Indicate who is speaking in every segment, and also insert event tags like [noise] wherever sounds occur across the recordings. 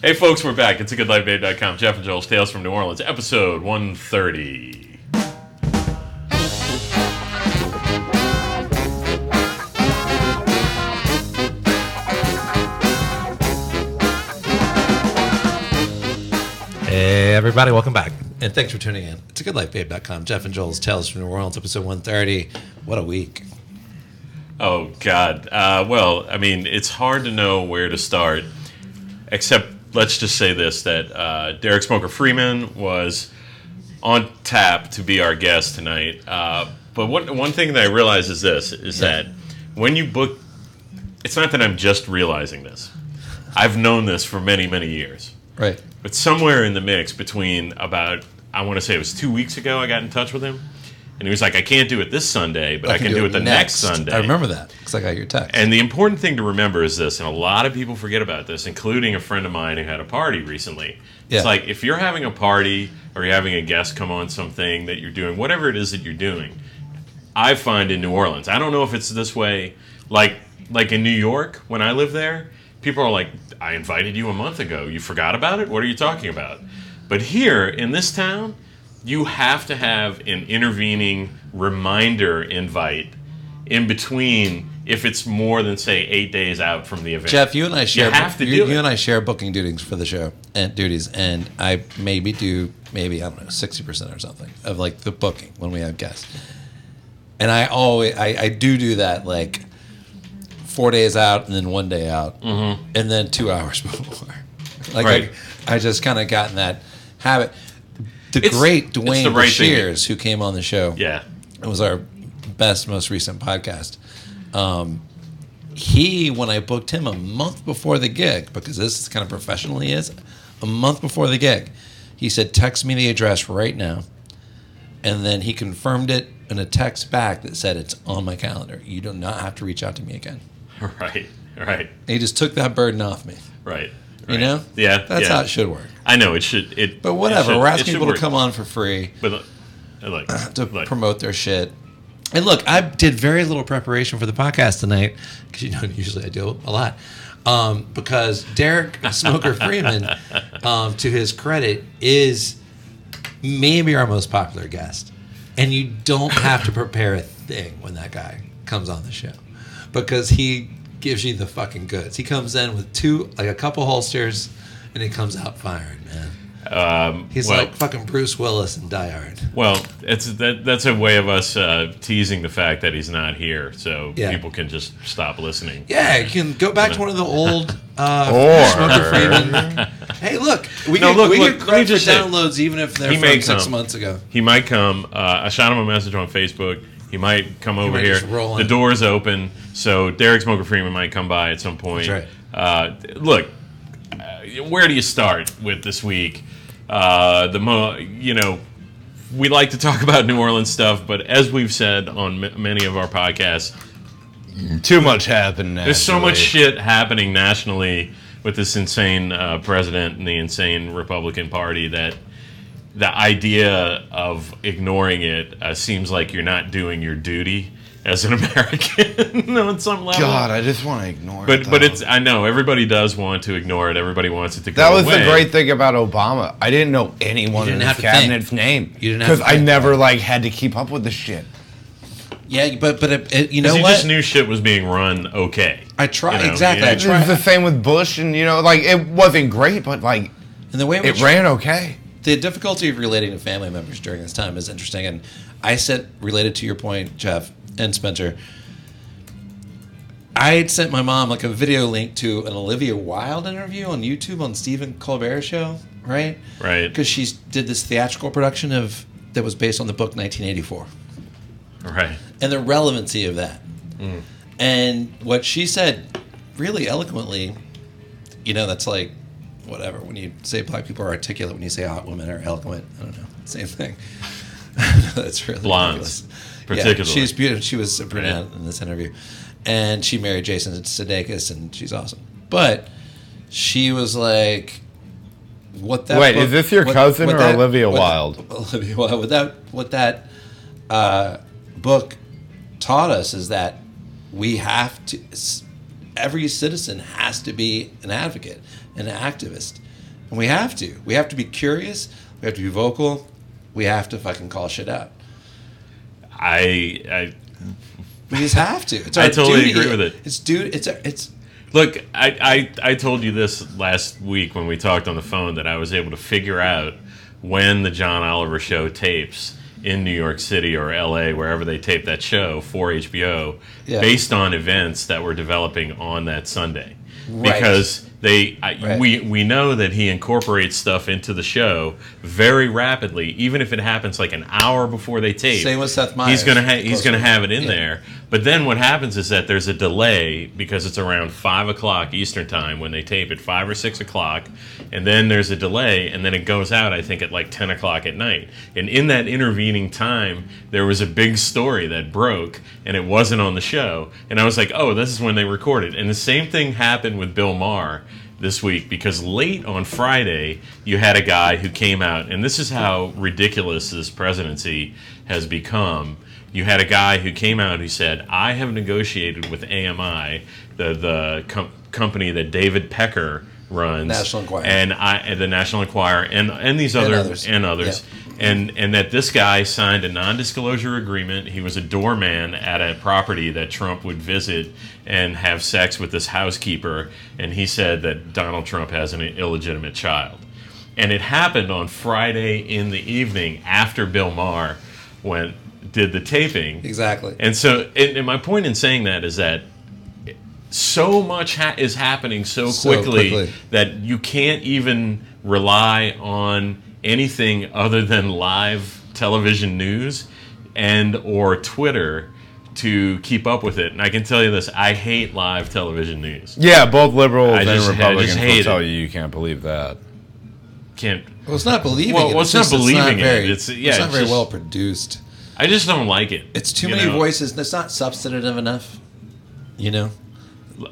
Speaker 1: Hey, folks, we're back. It's a good life, babe.com. Jeff and Joel's Tales from New Orleans, episode 130.
Speaker 2: Hey, everybody, welcome back. And thanks for tuning in. It's a goodlifebabe.com. Jeff and Joel's Tales from New Orleans, episode 130. What a week.
Speaker 1: Oh, God. Uh, well, I mean, it's hard to know where to start, except let's just say this that uh, Derek Smoker Freeman was on tap to be our guest tonight. Uh, but one, one thing that I realize is this is that when you book, it's not that I'm just realizing this, I've known this for many, many years.
Speaker 2: Right.
Speaker 1: But somewhere in the mix between about, I want to say it was two weeks ago, I got in touch with him. And he was like, I can't do it this Sunday, but I, can do, it, the next, Sunday.
Speaker 2: I remember that because I got your text.
Speaker 1: And the important thing to remember is this, and a lot of people forget about this, including a friend of mine who had a party recently.
Speaker 2: Yeah.
Speaker 1: It's like if you're having a party or you're having a guest come on something that you're doing, whatever it is that you're doing, I find in New Orleans. I don't know if it's this way, like like in New York when I live there, people are like, "I invited you a month ago. You forgot about it. What are you talking about?" But here in this town, you have to have an intervening reminder invite in between if it's more than say eight days out from the event.
Speaker 2: Jeff, you and I share
Speaker 1: have to
Speaker 2: you,
Speaker 1: do it.
Speaker 2: you and I share booking duties for the show and duties, and I maybe do maybe I don't know sixty percent or something of like the booking when we have guests. And I always I, I do do that like four days out and then one day out and then two hours [laughs] before.
Speaker 1: Mm-hmm.
Speaker 2: Like
Speaker 1: Right.
Speaker 2: I, I just kind of gotten that habit. The
Speaker 1: It's-
Speaker 2: great
Speaker 1: it's the
Speaker 2: Dwayne
Speaker 1: right thing to-
Speaker 2: Shears who came on the show,
Speaker 1: yeah, [laughs]
Speaker 2: it was our best, most recent podcast. Um, he, when I booked him a month before the gig, because this is kind of professional he is, a month before the gig, he said, "Text me the address right now," and then he confirmed it in a text back that said, "It's on my calendar. You do not have to reach out to me again."
Speaker 1: right, right,
Speaker 2: And he just took that burden off me.
Speaker 1: right.
Speaker 2: You
Speaker 1: right.
Speaker 2: know,
Speaker 1: Yeah,
Speaker 2: that's
Speaker 1: yeah.
Speaker 2: how it should work.
Speaker 1: I know it should. It
Speaker 2: But whatever,
Speaker 1: it should-
Speaker 2: we're
Speaker 1: it should
Speaker 2: asking people
Speaker 1: work.
Speaker 2: to come on for free.
Speaker 1: But uh, look, look,
Speaker 2: [clears throat] to
Speaker 1: look.
Speaker 2: promote their shit. And look, I did very little preparation for the podcast tonight because you know [laughs] usually I do a lot. Um, because Derek Smoker Freeman, um, to his credit, is maybe our most popular guest, and you don't have to prepare a thing when that guy comes on the show because he gives you the fucking goods. He comes in with two, like a couple holsters, and he comes out firing, man. Um, He's
Speaker 1: well-
Speaker 2: like fucking Bruce Willis in Die Hard.
Speaker 1: Well, it's that, that's a way of us uh, teasing the fact that he's not here, so
Speaker 2: Yeah.
Speaker 1: people can just stop listening.
Speaker 2: Yeah, you can go back to one of the old uh, Smoker Freeman. Hey, look, we
Speaker 1: No,
Speaker 2: get,
Speaker 1: look,
Speaker 2: we
Speaker 1: look,
Speaker 2: get
Speaker 1: let me
Speaker 2: credit
Speaker 1: just
Speaker 2: for
Speaker 1: say-
Speaker 2: downloads even if they're
Speaker 1: He
Speaker 2: from
Speaker 1: may
Speaker 2: six
Speaker 1: come.
Speaker 2: months ago.
Speaker 1: He might come. Uh, I shot him a message on Facebook. He might come over
Speaker 2: might
Speaker 1: here.
Speaker 2: just roll
Speaker 1: The
Speaker 2: in.
Speaker 1: door's open, so Derek Smoker Freeman might come by at some point.
Speaker 2: That's
Speaker 1: Uh, look, uh, where do you start with this week? Uh, the mo, you know, we like to talk [laughs] about New Orleans stuff, but as we've said on m- many of our podcasts,
Speaker 3: Too much happened.
Speaker 1: There's so
Speaker 3: nationally.
Speaker 1: much shit happening nationally with this insane uh, president and the insane Republican Party that the idea of ignoring it uh, seems like you're not doing your duty as an [laughs] American [laughs] on some level.
Speaker 3: God, I just want to ignore it.
Speaker 1: But but
Speaker 3: though.
Speaker 1: it's I know everybody does want to ignore it. Everybody wants it to go
Speaker 3: that was
Speaker 1: away.
Speaker 3: the great thing about Obama. I didn't know anyone
Speaker 2: You
Speaker 3: in
Speaker 2: didn't
Speaker 3: his
Speaker 2: have to think.
Speaker 3: cabinet's name
Speaker 2: You didn't have to
Speaker 3: I
Speaker 2: think.
Speaker 3: never like had to keep up with the shit.
Speaker 2: Yeah, but but it, it, you
Speaker 1: 'Cause
Speaker 2: know
Speaker 1: you
Speaker 2: what?
Speaker 1: just knew shit was being run okay.
Speaker 2: I try
Speaker 1: you know,
Speaker 2: exactly.
Speaker 1: yeah.
Speaker 2: I
Speaker 3: It
Speaker 2: try,
Speaker 3: was the same with Bush, and you know, like it wasn't great, but like
Speaker 2: and the way we
Speaker 3: it
Speaker 2: tr-
Speaker 3: ran okay.
Speaker 2: the difficulty of relating to family members during this time is interesting. And I said, related to your point, Jeff and Spencer, I had sent my mom like a video link to an Olivia Wilde interview on YouTube on Stephen Colbert show, right?
Speaker 1: Right.
Speaker 2: Because she did this theatrical production of that was based on the book 1984
Speaker 1: Right.
Speaker 2: and the relevancy of that. And what she said really eloquently, you know, that's like whatever. When you say black people are articulate, when you say hot women are eloquent, I don't know, same thing. [laughs] that's really
Speaker 1: Blondes,
Speaker 2: ridiculous.
Speaker 1: particularly.
Speaker 2: Yeah, she's beautiful. She was a brunette in this interview, and she married Jason Sudeikis, and she's awesome. But she was like, "What that?
Speaker 3: Wait,
Speaker 2: book-
Speaker 3: is this your
Speaker 2: what-
Speaker 3: cousin
Speaker 2: what
Speaker 3: or
Speaker 2: that-
Speaker 3: Olivia
Speaker 2: what-
Speaker 3: Wilde?
Speaker 2: [laughs] Olivia Wilde. What that? What that?" Uh, book taught us is that we have to s- every citizen has to be an advocate an activist And we have to. We have to be curious. We have to be vocal. We have to fucking call shit out.
Speaker 1: I, I
Speaker 2: We just have to. It's
Speaker 1: I
Speaker 2: our
Speaker 1: totally
Speaker 2: duty.
Speaker 1: agree with it.
Speaker 2: It's dude. It's our- it's
Speaker 1: Look, I, I, I told you this last week when we talked on the phone that I was able to figure out when the John Oliver show tapes in New York City or LA, wherever they tape that show for HBO,
Speaker 2: Yeah.
Speaker 1: based on events that were developing on that Sunday.
Speaker 2: Right.
Speaker 1: Because they I,
Speaker 2: Right.
Speaker 1: we we know that he incorporates stuff into the show very rapidly, even if it happens like an hour before they tape.
Speaker 2: Same with Seth
Speaker 1: He's
Speaker 2: Meyers.
Speaker 1: gonna ha- he's gonna
Speaker 2: Close.
Speaker 1: have it in there. But then what happens is that there's a delay because it's around five o'clock Eastern time when they tape it, five or six o'clock, and then there's a delay, and then it goes out I think at like ten o'clock at night. And in that intervening time, there was a big story that broke, and it wasn't on the show. And I was like, oh, this is when they recorded. And the same thing happened with Bill Maher this week because late on Friday you had a guy who came out, and this is how ridiculous this presidency has become. You had a guy who came out who said, "I have negotiated with AMI, the the com- company that David Pecker runs,
Speaker 2: National Enquirer.
Speaker 1: and I and the National Enquirer, and and these other
Speaker 2: others.
Speaker 1: and others." And, and that this guy signed a non-disclosure agreement. He was a doorman at a property that Trump would visit and have sex with this housekeeper. And he said that Donald Trump has an illegitimate child. And it happened on Friday in the evening after Bill Maher went did the taping.
Speaker 2: exactly.
Speaker 1: And so, and, and my point in saying that is that so much ha- is happening so,
Speaker 2: So
Speaker 1: quickly,
Speaker 2: quickly.
Speaker 1: that you can't even rely on anything other than live television news and or Twitter to keep up with it. And I can tell you this: I hate live television news.
Speaker 3: Yeah, both liberals
Speaker 1: I
Speaker 3: and
Speaker 1: just- I just
Speaker 3: Republicans
Speaker 1: hate
Speaker 3: will tell
Speaker 1: it.
Speaker 3: you you can't believe that.
Speaker 1: Can't.
Speaker 2: well, it's not believing.
Speaker 1: Well,
Speaker 2: it.
Speaker 1: well, it's not
Speaker 2: just-
Speaker 1: believing it.
Speaker 2: very,
Speaker 1: It's- yeah,
Speaker 2: not
Speaker 1: it's
Speaker 2: very
Speaker 1: just-
Speaker 2: well produced.
Speaker 1: I just don't like it.
Speaker 2: It's too
Speaker 1: you
Speaker 2: many
Speaker 1: know?
Speaker 2: voices. and It's not substantive enough. You know.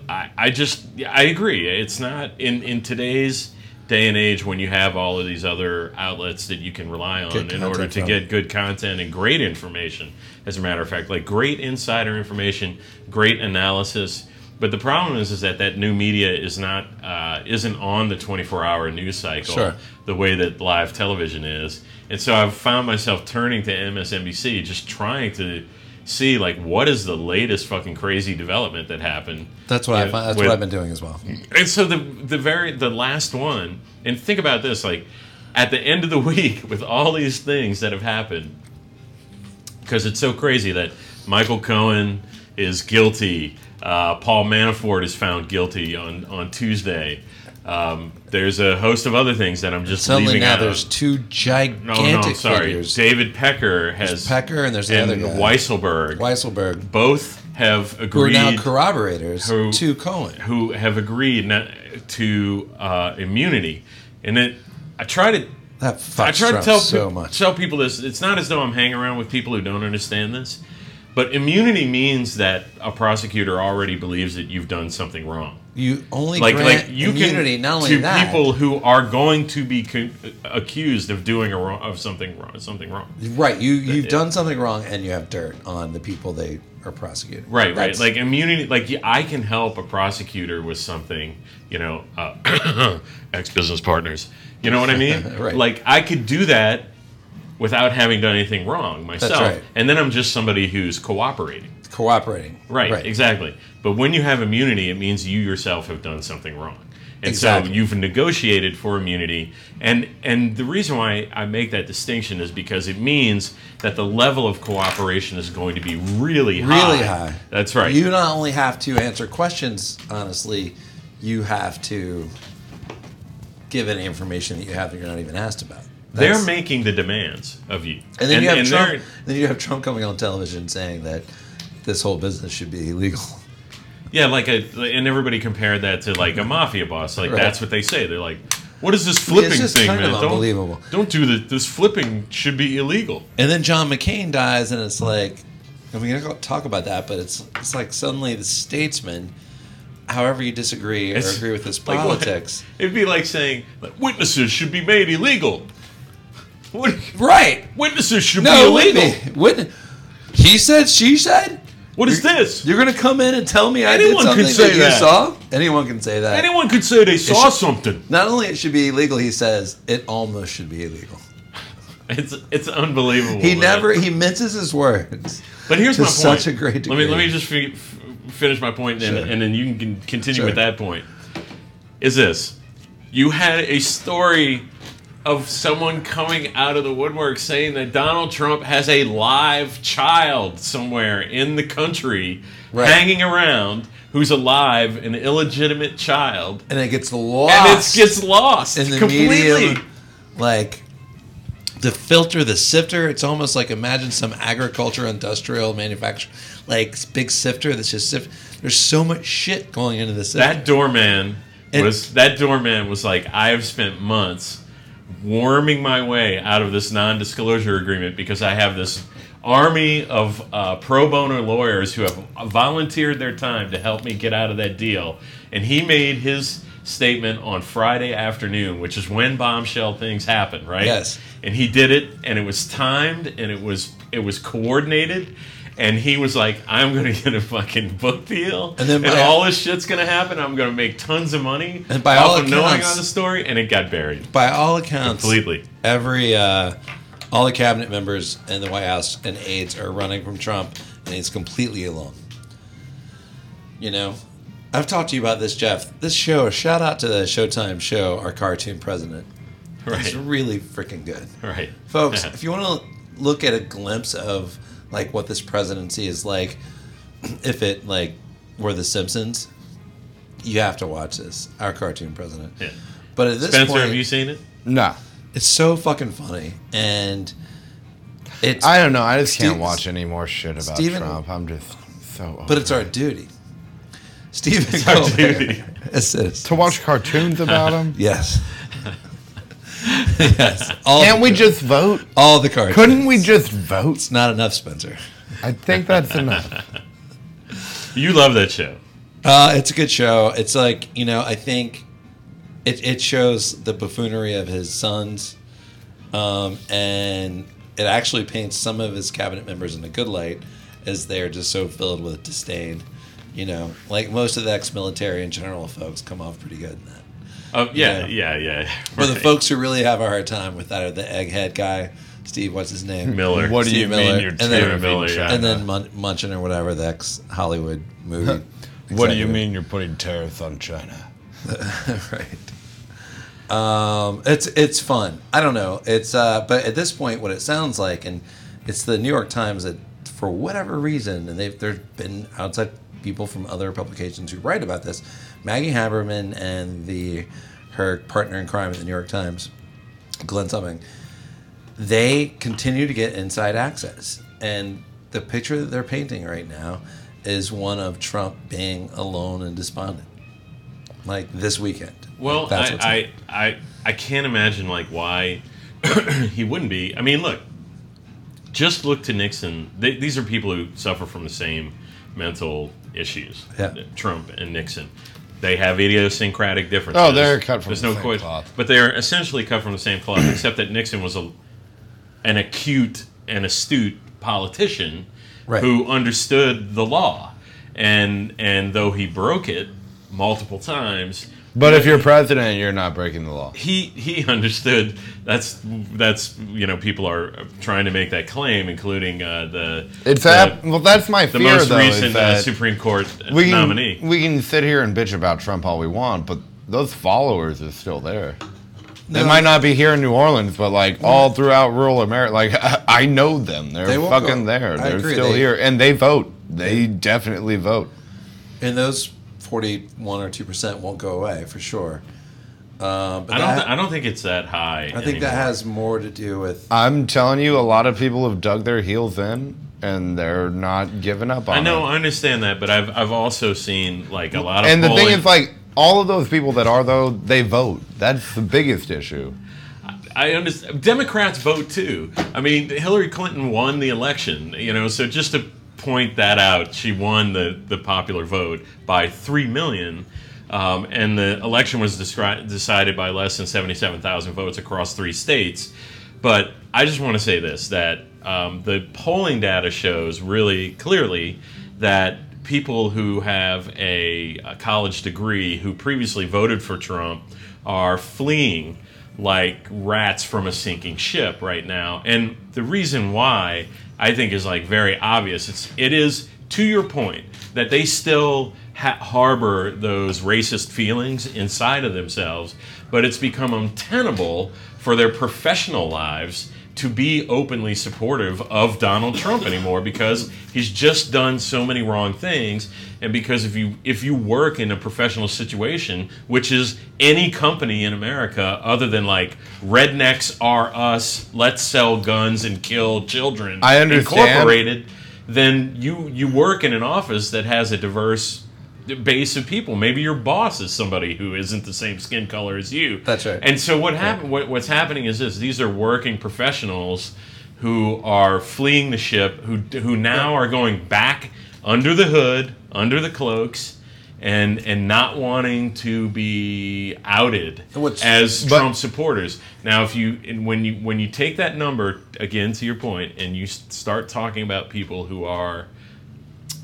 Speaker 1: I, I just yeah, I agree. It's not in in today's day and age when you have all of these other outlets that you can rely on
Speaker 2: Get
Speaker 1: in
Speaker 2: content
Speaker 1: order to
Speaker 2: from.
Speaker 1: get good content and great information. As a matter of fact, like great insider information, great analysis. But the problem is, is that that new media is not uh, isn't on the twenty four hour news cycle
Speaker 2: Sure.
Speaker 1: the way that live television is. And so I've found myself turning to MSNBC, just trying to see like what is the latest fucking crazy development that happened.
Speaker 2: That's what I
Speaker 1: Yeah,
Speaker 2: find. That's
Speaker 1: with-
Speaker 2: what I've been doing as well.
Speaker 1: And so the the very the last one, and think about this, like at the end of the [laughs] week with all these things that have happened, because it's so crazy that Michael Cohen is guilty, uh, Paul Manafort is found guilty on on Tuesday. Um, there's a host of other things that I'm just
Speaker 2: Suddenly
Speaker 1: leaving
Speaker 2: now
Speaker 1: out. Oh,
Speaker 2: there's two gigantic
Speaker 1: no, no, I'm sorry.
Speaker 2: figures.
Speaker 1: David Pecker has
Speaker 2: Pecker and there's the
Speaker 1: and
Speaker 2: other guy.
Speaker 1: Weisselberg.
Speaker 2: Weisselberg,
Speaker 1: both have
Speaker 2: who are
Speaker 1: agreed
Speaker 2: now corroborators
Speaker 1: who-
Speaker 2: to Cohen.
Speaker 1: who have agreed not, to uh, immunity, and it. I try to.
Speaker 2: That
Speaker 1: I
Speaker 2: fucks
Speaker 1: try
Speaker 2: Trump
Speaker 1: to tell
Speaker 2: so
Speaker 1: pe-
Speaker 2: much.
Speaker 1: tell people this. It's not as though I'm hanging around with people who don't understand this, but immunity means that a prosecutor already believes that you've done something wrong.
Speaker 2: You only
Speaker 1: Like,
Speaker 2: grant
Speaker 1: like you
Speaker 2: immunity.
Speaker 1: can
Speaker 2: not only
Speaker 1: to
Speaker 2: that,
Speaker 1: people who are going to be con- accused of doing a wrong of something wrong, something wrong.
Speaker 2: right? You you've done something wrong, and you have dirt on the people they are prosecuting.
Speaker 1: Right,
Speaker 2: That's-
Speaker 1: right. Like immunity, like yeah, I can help a prosecutor with something, you know, uh, [coughs] ex business partners. You know what I mean?
Speaker 2: [laughs] Right.
Speaker 1: Like I could do that without having done anything wrong myself.
Speaker 2: right.
Speaker 1: And then I'm just somebody who's cooperating.
Speaker 2: cooperating.
Speaker 1: Right, exactly. But when you have immunity, it means you yourself have done something wrong. And so
Speaker 2: Exactly.
Speaker 1: you've negotiated for immunity. And and the reason why I make that distinction is because it means that the level of cooperation is going to be really high.
Speaker 2: Really high.
Speaker 1: Ah, That's right.
Speaker 2: You not only have to answer questions honestly, you have to give any information that you have that you're not even asked about.
Speaker 1: They're
Speaker 2: That's-
Speaker 1: making the demands of you.
Speaker 2: And then you have Trump.
Speaker 1: they're-
Speaker 2: Then you have Trump coming on television saying that this whole business should be illegal.
Speaker 1: Yeah, like a, and everybody compared that to like a mafia boss. Like
Speaker 2: Right.
Speaker 1: that's what they say. They're like, "What is this flipping
Speaker 2: just
Speaker 1: thing,
Speaker 2: kind
Speaker 1: man?
Speaker 2: of
Speaker 1: don't,
Speaker 2: unbelievable."
Speaker 1: Don't do this. This flipping should be illegal."
Speaker 2: And then John McCain dies, and it's like, and we're gonna talk about that, but it's it's like suddenly the statesman, however you disagree or
Speaker 1: It's
Speaker 2: agree with his
Speaker 1: [laughs] like, what?
Speaker 2: politics,
Speaker 1: It'd be like saying like, witnesses should be made illegal. What,
Speaker 2: right?
Speaker 1: witnesses should
Speaker 2: No,
Speaker 1: be
Speaker 2: wait,
Speaker 1: illegal.
Speaker 2: wait, wouldn't he said she said?
Speaker 1: What is this?
Speaker 2: You're gonna come in and tell me I did
Speaker 1: Anyone could
Speaker 2: something
Speaker 1: say
Speaker 2: that you
Speaker 1: that.
Speaker 2: saw? Anyone can say that.
Speaker 1: Anyone could say they saw
Speaker 2: should-
Speaker 1: something.
Speaker 2: Not only it should be illegal, he says it almost should be illegal.
Speaker 1: It's it's unbelievable.
Speaker 2: He
Speaker 1: man.
Speaker 2: never he minces his words.
Speaker 1: But here's
Speaker 2: to
Speaker 1: my point.
Speaker 2: such a great
Speaker 1: Let me let
Speaker 2: degree.
Speaker 1: me just fi- f- finish my point, and,
Speaker 2: Sure.
Speaker 1: and then you can con- continue
Speaker 2: Sure.
Speaker 1: with that point. Is this? You had a story of someone coming out of the woodwork saying that Donald Trump has a live child somewhere in the country
Speaker 2: Right.
Speaker 1: hanging around who's alive, an illegitimate child,
Speaker 2: And it gets lost
Speaker 1: and it gets lost
Speaker 2: Ah. in the
Speaker 1: completely.
Speaker 2: media. Like the filter, the sifter, it's almost like imagine some agriculture, industrial, manufacture, like big sifter that's just sift. There's so much shit going into this.
Speaker 1: That doorman
Speaker 2: And-
Speaker 1: was that doorman was like, I have spent months worming my way out of this non-disclosure agreement because I have this army of uh, pro bono lawyers who have volunteered their time to help me get out of that deal, and he made his statement on Friday afternoon, which is when bombshell things happen, right?
Speaker 2: Yes.
Speaker 1: and he did it and it was timed and it was it was coordinated and he was like i'm gonna get a fucking book deal
Speaker 2: And
Speaker 1: and,
Speaker 2: then by-
Speaker 1: all this shit's gonna happen i'm gonna make tons of money
Speaker 2: And by
Speaker 1: off
Speaker 2: all
Speaker 1: of knowing
Speaker 2: accounts-
Speaker 1: all the story and it got buried
Speaker 2: By all accounts,
Speaker 1: completely
Speaker 2: every uh, all the cabinet members in the White House and aides are running from Trump, and he's completely alone. You know, I've talked to you about this, Jeff. This show, shout out to the Showtime show, our cartoon president. It's
Speaker 1: right
Speaker 2: really freaking good,
Speaker 1: right
Speaker 2: folks. if you want to look at a glimpse of like what this presidency is like, [clears throat] if it like were The Simpsons, you have to watch this. Our cartoon president.
Speaker 1: yeah.
Speaker 2: But at this
Speaker 1: spencer
Speaker 2: point,
Speaker 1: have you seen
Speaker 2: [laughs]
Speaker 1: it
Speaker 3: No,
Speaker 2: it's so fucking funny, and it's.
Speaker 3: I don't know. I just
Speaker 2: Steve-
Speaker 3: can't watch any more shit about
Speaker 2: Steven-
Speaker 3: Trump. I'm just so.
Speaker 2: but it's our duty. Stephen
Speaker 1: our [laughs]
Speaker 2: Colbert.
Speaker 1: duty.
Speaker 2: It's this.
Speaker 3: to watch
Speaker 1: [laughs]
Speaker 3: cartoons about him.
Speaker 2: Yes. yes. All
Speaker 3: Can't
Speaker 2: the,
Speaker 3: we just vote?
Speaker 2: all the cards?
Speaker 3: Couldn't we just vote?
Speaker 2: It's not enough, Spencer.
Speaker 3: I think that's enough.
Speaker 1: you love that show
Speaker 2: Uh, it's a good show. It's like you know, I think it it shows the buffoonery of his sons, um, and it actually paints some of his cabinet members in a good light, as they're just so filled with disdain. You know, like most of the ex-military and general folks come off pretty good in that.
Speaker 1: oh yeah
Speaker 2: Yeah.
Speaker 1: yeah yeah, yeah.
Speaker 2: For the
Speaker 1: Right.
Speaker 2: folks who really have a hard time with that are the egghead guy, Steve. What's his name?
Speaker 1: miller
Speaker 3: What do you
Speaker 2: Steve
Speaker 3: mean
Speaker 2: Miller,
Speaker 3: you're
Speaker 2: and
Speaker 1: Steve
Speaker 2: then,
Speaker 1: Miller, yeah.
Speaker 2: and then Mun- Munchin or whatever the ex-Hollywood movie.
Speaker 3: [laughs] What do you
Speaker 2: executive.
Speaker 3: mean you're putting tariffs on China?
Speaker 2: [laughs] right. Um, it's it's fun. I don't know. It's uh, but at this point, what it sounds like, and it's the New York Times that, for whatever reason, and they've there's been outside people from other publications who write about this. Maggie Haberman and the her partner in crime at the New York Times, Glenn Summing, they continue to get inside access. And the picture that they're painting right now is one of Trump being alone and despondent. Like this weekend.
Speaker 1: Well,
Speaker 2: Like, what's up.
Speaker 1: I, I, I, I can't imagine like why [clears throat] he wouldn't be. I mean, look, just look to Nixon. They, these are people who suffer from the same mental issues.
Speaker 2: Yeah.
Speaker 1: Trump and Nixon. They have idiosyncratic differences.
Speaker 3: Oh, they're cut from the same
Speaker 1: question.
Speaker 3: cloth.
Speaker 1: But they are essentially cut from the same cloth, [clears throat] except that Nixon was a, an acute and astute politician
Speaker 2: Right.
Speaker 1: who understood the law, and and though he broke it multiple times,
Speaker 3: But if you're president, you're not breaking the law.
Speaker 1: he he understood that's that's you know people are trying to make that claim including uh, the
Speaker 3: It's
Speaker 1: the,
Speaker 3: that. Well, that's my
Speaker 1: the
Speaker 3: fear,
Speaker 1: most
Speaker 3: though. is
Speaker 1: recent uh,
Speaker 3: that
Speaker 1: supreme court
Speaker 3: we can,
Speaker 1: nominee
Speaker 3: We can sit here and bitch about Trump all we want, but those followers are still there. They
Speaker 2: No.
Speaker 3: might not be here in New Orleans, but like all throughout rural America, like I, I know them. They're
Speaker 2: They won't
Speaker 3: fucking
Speaker 2: go.
Speaker 3: there.
Speaker 2: I
Speaker 3: They're
Speaker 2: agree.
Speaker 3: still
Speaker 2: They-
Speaker 3: here, and they vote. They definitely vote.
Speaker 2: and those forty-one or two percent won't go away for sure. Uh, but
Speaker 1: i don't
Speaker 2: that-
Speaker 1: th- i don't think it's that high
Speaker 2: I think that has more to do with
Speaker 3: I'm telling you, a lot of people have dug their heels in, and they're not giving up on.
Speaker 1: i know
Speaker 3: it.
Speaker 1: i understand that but i've i've also seen like a lot of
Speaker 3: And the thing
Speaker 1: polling-
Speaker 3: is, like all of those people that are though, they vote. That's the biggest issue.
Speaker 1: I understand. Democrats vote too. I mean, Hillary Clinton won the election, you know, so just to point that out, she won the, the popular vote by 3 million. Um, and the election was descri- decided by less than 77,000 votes across three states. But I just want to say this that um, the polling data shows really clearly that people who have a, a college degree who previously voted for Trump are fleeing like rats from a sinking ship right now. And the reason why I think is like very obvious. It's it is to your point that they still ha- harbor those racist feelings inside of themselves, but it's become untenable for their professional lives to be openly supportive of Donald Trump anymore because he's just done so many wrong things and because if you if you work in a professional situation which is any company in America other than like rednecks are us let's sell guns and kill children
Speaker 3: I understand.
Speaker 1: incorporated then you you work in an office that has a diverse base of people maybe your boss is somebody who isn't the same skin color as you
Speaker 3: That's right.
Speaker 1: and and so what happened? What, what's happening is this: these are working professionals who are fleeing the ship, who who now are going back under the hood, under the cloaks, and and not wanting to be outed
Speaker 2: What's-
Speaker 1: as
Speaker 3: but-
Speaker 1: Trump supporters. Now, if you and when you when you take that number again to your point, and you s- start talking about people who are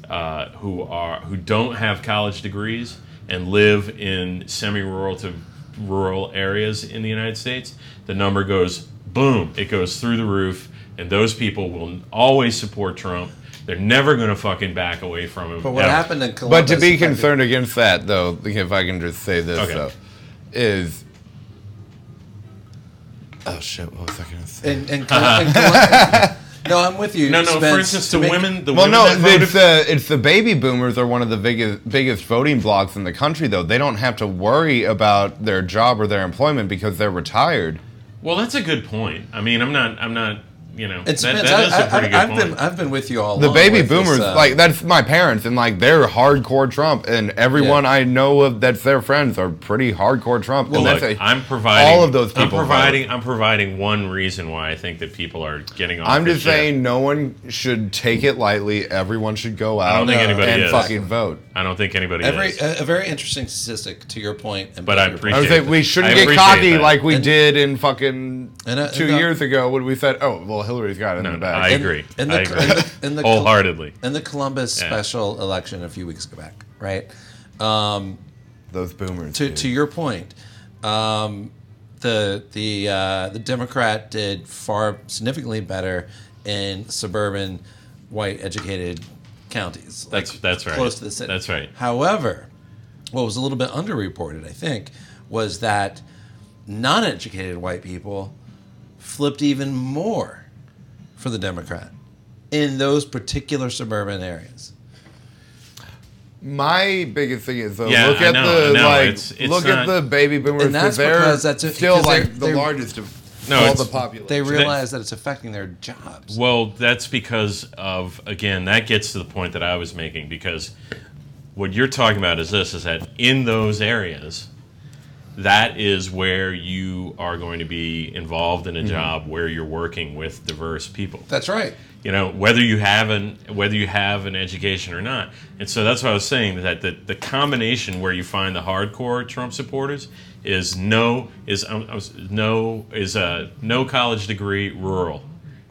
Speaker 1: uh, who are who don't have college degrees and live in semi-rural to rural areas in the United States, the number goes boom. It goes through the roof, and those people will always support Trump. They're never going to fucking back away from him.
Speaker 2: But what
Speaker 1: ever.
Speaker 2: happened in
Speaker 3: But
Speaker 2: Columbus?
Speaker 3: to be
Speaker 2: affected-
Speaker 3: concerned against that, though, if I can just say this,
Speaker 1: Okay.
Speaker 3: though, is. Oh, shit. What was I going to say?
Speaker 2: in,
Speaker 3: [laughs]
Speaker 2: in, Col- in Col- no, I'm with you.
Speaker 1: No, no.
Speaker 2: Spence,
Speaker 1: for instance,
Speaker 2: to
Speaker 1: the
Speaker 2: make-
Speaker 1: women, the
Speaker 3: Well,
Speaker 1: women
Speaker 3: no,
Speaker 1: that voted
Speaker 3: it's the it's the baby boomers are one of the biggest biggest voting blocks in the country. Though they don't have to worry about their job or their employment because they're retired.
Speaker 1: Well, that's a good point. I mean, I'm not. I'm not. You know,
Speaker 2: And
Speaker 1: that,
Speaker 2: Spence,
Speaker 1: that is
Speaker 2: I,
Speaker 1: a pretty good
Speaker 2: I, I've
Speaker 1: point.
Speaker 2: been I've been with you all.
Speaker 3: The
Speaker 2: along
Speaker 3: baby
Speaker 2: with this,
Speaker 3: boomers,
Speaker 2: uh,
Speaker 3: like that's my parents, and like they're hardcore Trump, and everyone
Speaker 2: Yeah.
Speaker 3: I know of that's their friends are pretty hardcore Trump. and
Speaker 1: Look,
Speaker 3: that's a-
Speaker 1: I'm providing
Speaker 3: all of those people.
Speaker 1: I'm providing. I'm providing one reason why I think that people are getting off.
Speaker 3: I'm
Speaker 1: the
Speaker 3: just
Speaker 1: ship.
Speaker 3: saying, no one should take it lightly. Everyone should go out
Speaker 1: don't think anybody
Speaker 3: and
Speaker 1: is.
Speaker 3: fucking vote.
Speaker 1: I don't think anybody.
Speaker 2: every
Speaker 1: is.
Speaker 2: a, a very interesting statistic to your point. And
Speaker 1: But
Speaker 2: to
Speaker 1: I
Speaker 2: your
Speaker 1: appreciate-
Speaker 3: I would say we shouldn't
Speaker 1: I
Speaker 3: get
Speaker 1: appreciate
Speaker 3: cocky
Speaker 1: that.
Speaker 3: like we
Speaker 2: And-
Speaker 3: did in fucking
Speaker 2: And, uh,
Speaker 3: two
Speaker 2: and, uh,
Speaker 3: years ago when we said, "Oh, well, Hillary's got it in the
Speaker 1: I
Speaker 3: bag."
Speaker 1: agree.
Speaker 2: in
Speaker 1: I
Speaker 2: the-
Speaker 1: agree.
Speaker 2: in the- in the-
Speaker 1: Wholeheartedly.
Speaker 2: in the Columbus special election a few weeks back, right? Um,
Speaker 3: Those boomers.
Speaker 2: to,
Speaker 3: dude.
Speaker 2: to your point, um, the the uh, the Democrat did far significantly better in suburban, white, educated counties. like
Speaker 1: That's- that's right.
Speaker 2: Close to the city.
Speaker 1: That's right.
Speaker 2: However, what was a little bit underreported, I think, was that non-educated white people flipped even more for the Democrat in those particular suburban areas.
Speaker 3: My biggest thing is though,
Speaker 1: Yeah,
Speaker 3: look
Speaker 1: I
Speaker 3: at
Speaker 1: know, I
Speaker 3: the
Speaker 1: know.
Speaker 3: like,
Speaker 1: It's- it's
Speaker 3: look
Speaker 1: not-
Speaker 3: at the baby boomers.
Speaker 2: And that's
Speaker 3: 'cause they're
Speaker 2: because that's a-
Speaker 3: still
Speaker 2: 'cause they're-
Speaker 3: like the
Speaker 2: they're-
Speaker 3: largest of
Speaker 1: No,
Speaker 3: all
Speaker 1: it's-
Speaker 3: the population.
Speaker 2: They realize that it's affecting their jobs.
Speaker 1: Well, that's because of again that gets to the point that I was making because what you're talking about is this is that in those areas that is where you are going to be involved in a job where you're working with diverse people.
Speaker 2: That's right.
Speaker 1: you know whether you have an whether you have an education or not and so that's what i was saying that the, the combination where you find the hardcore trump supporters is no is um, uh, no is uh, no college degree rural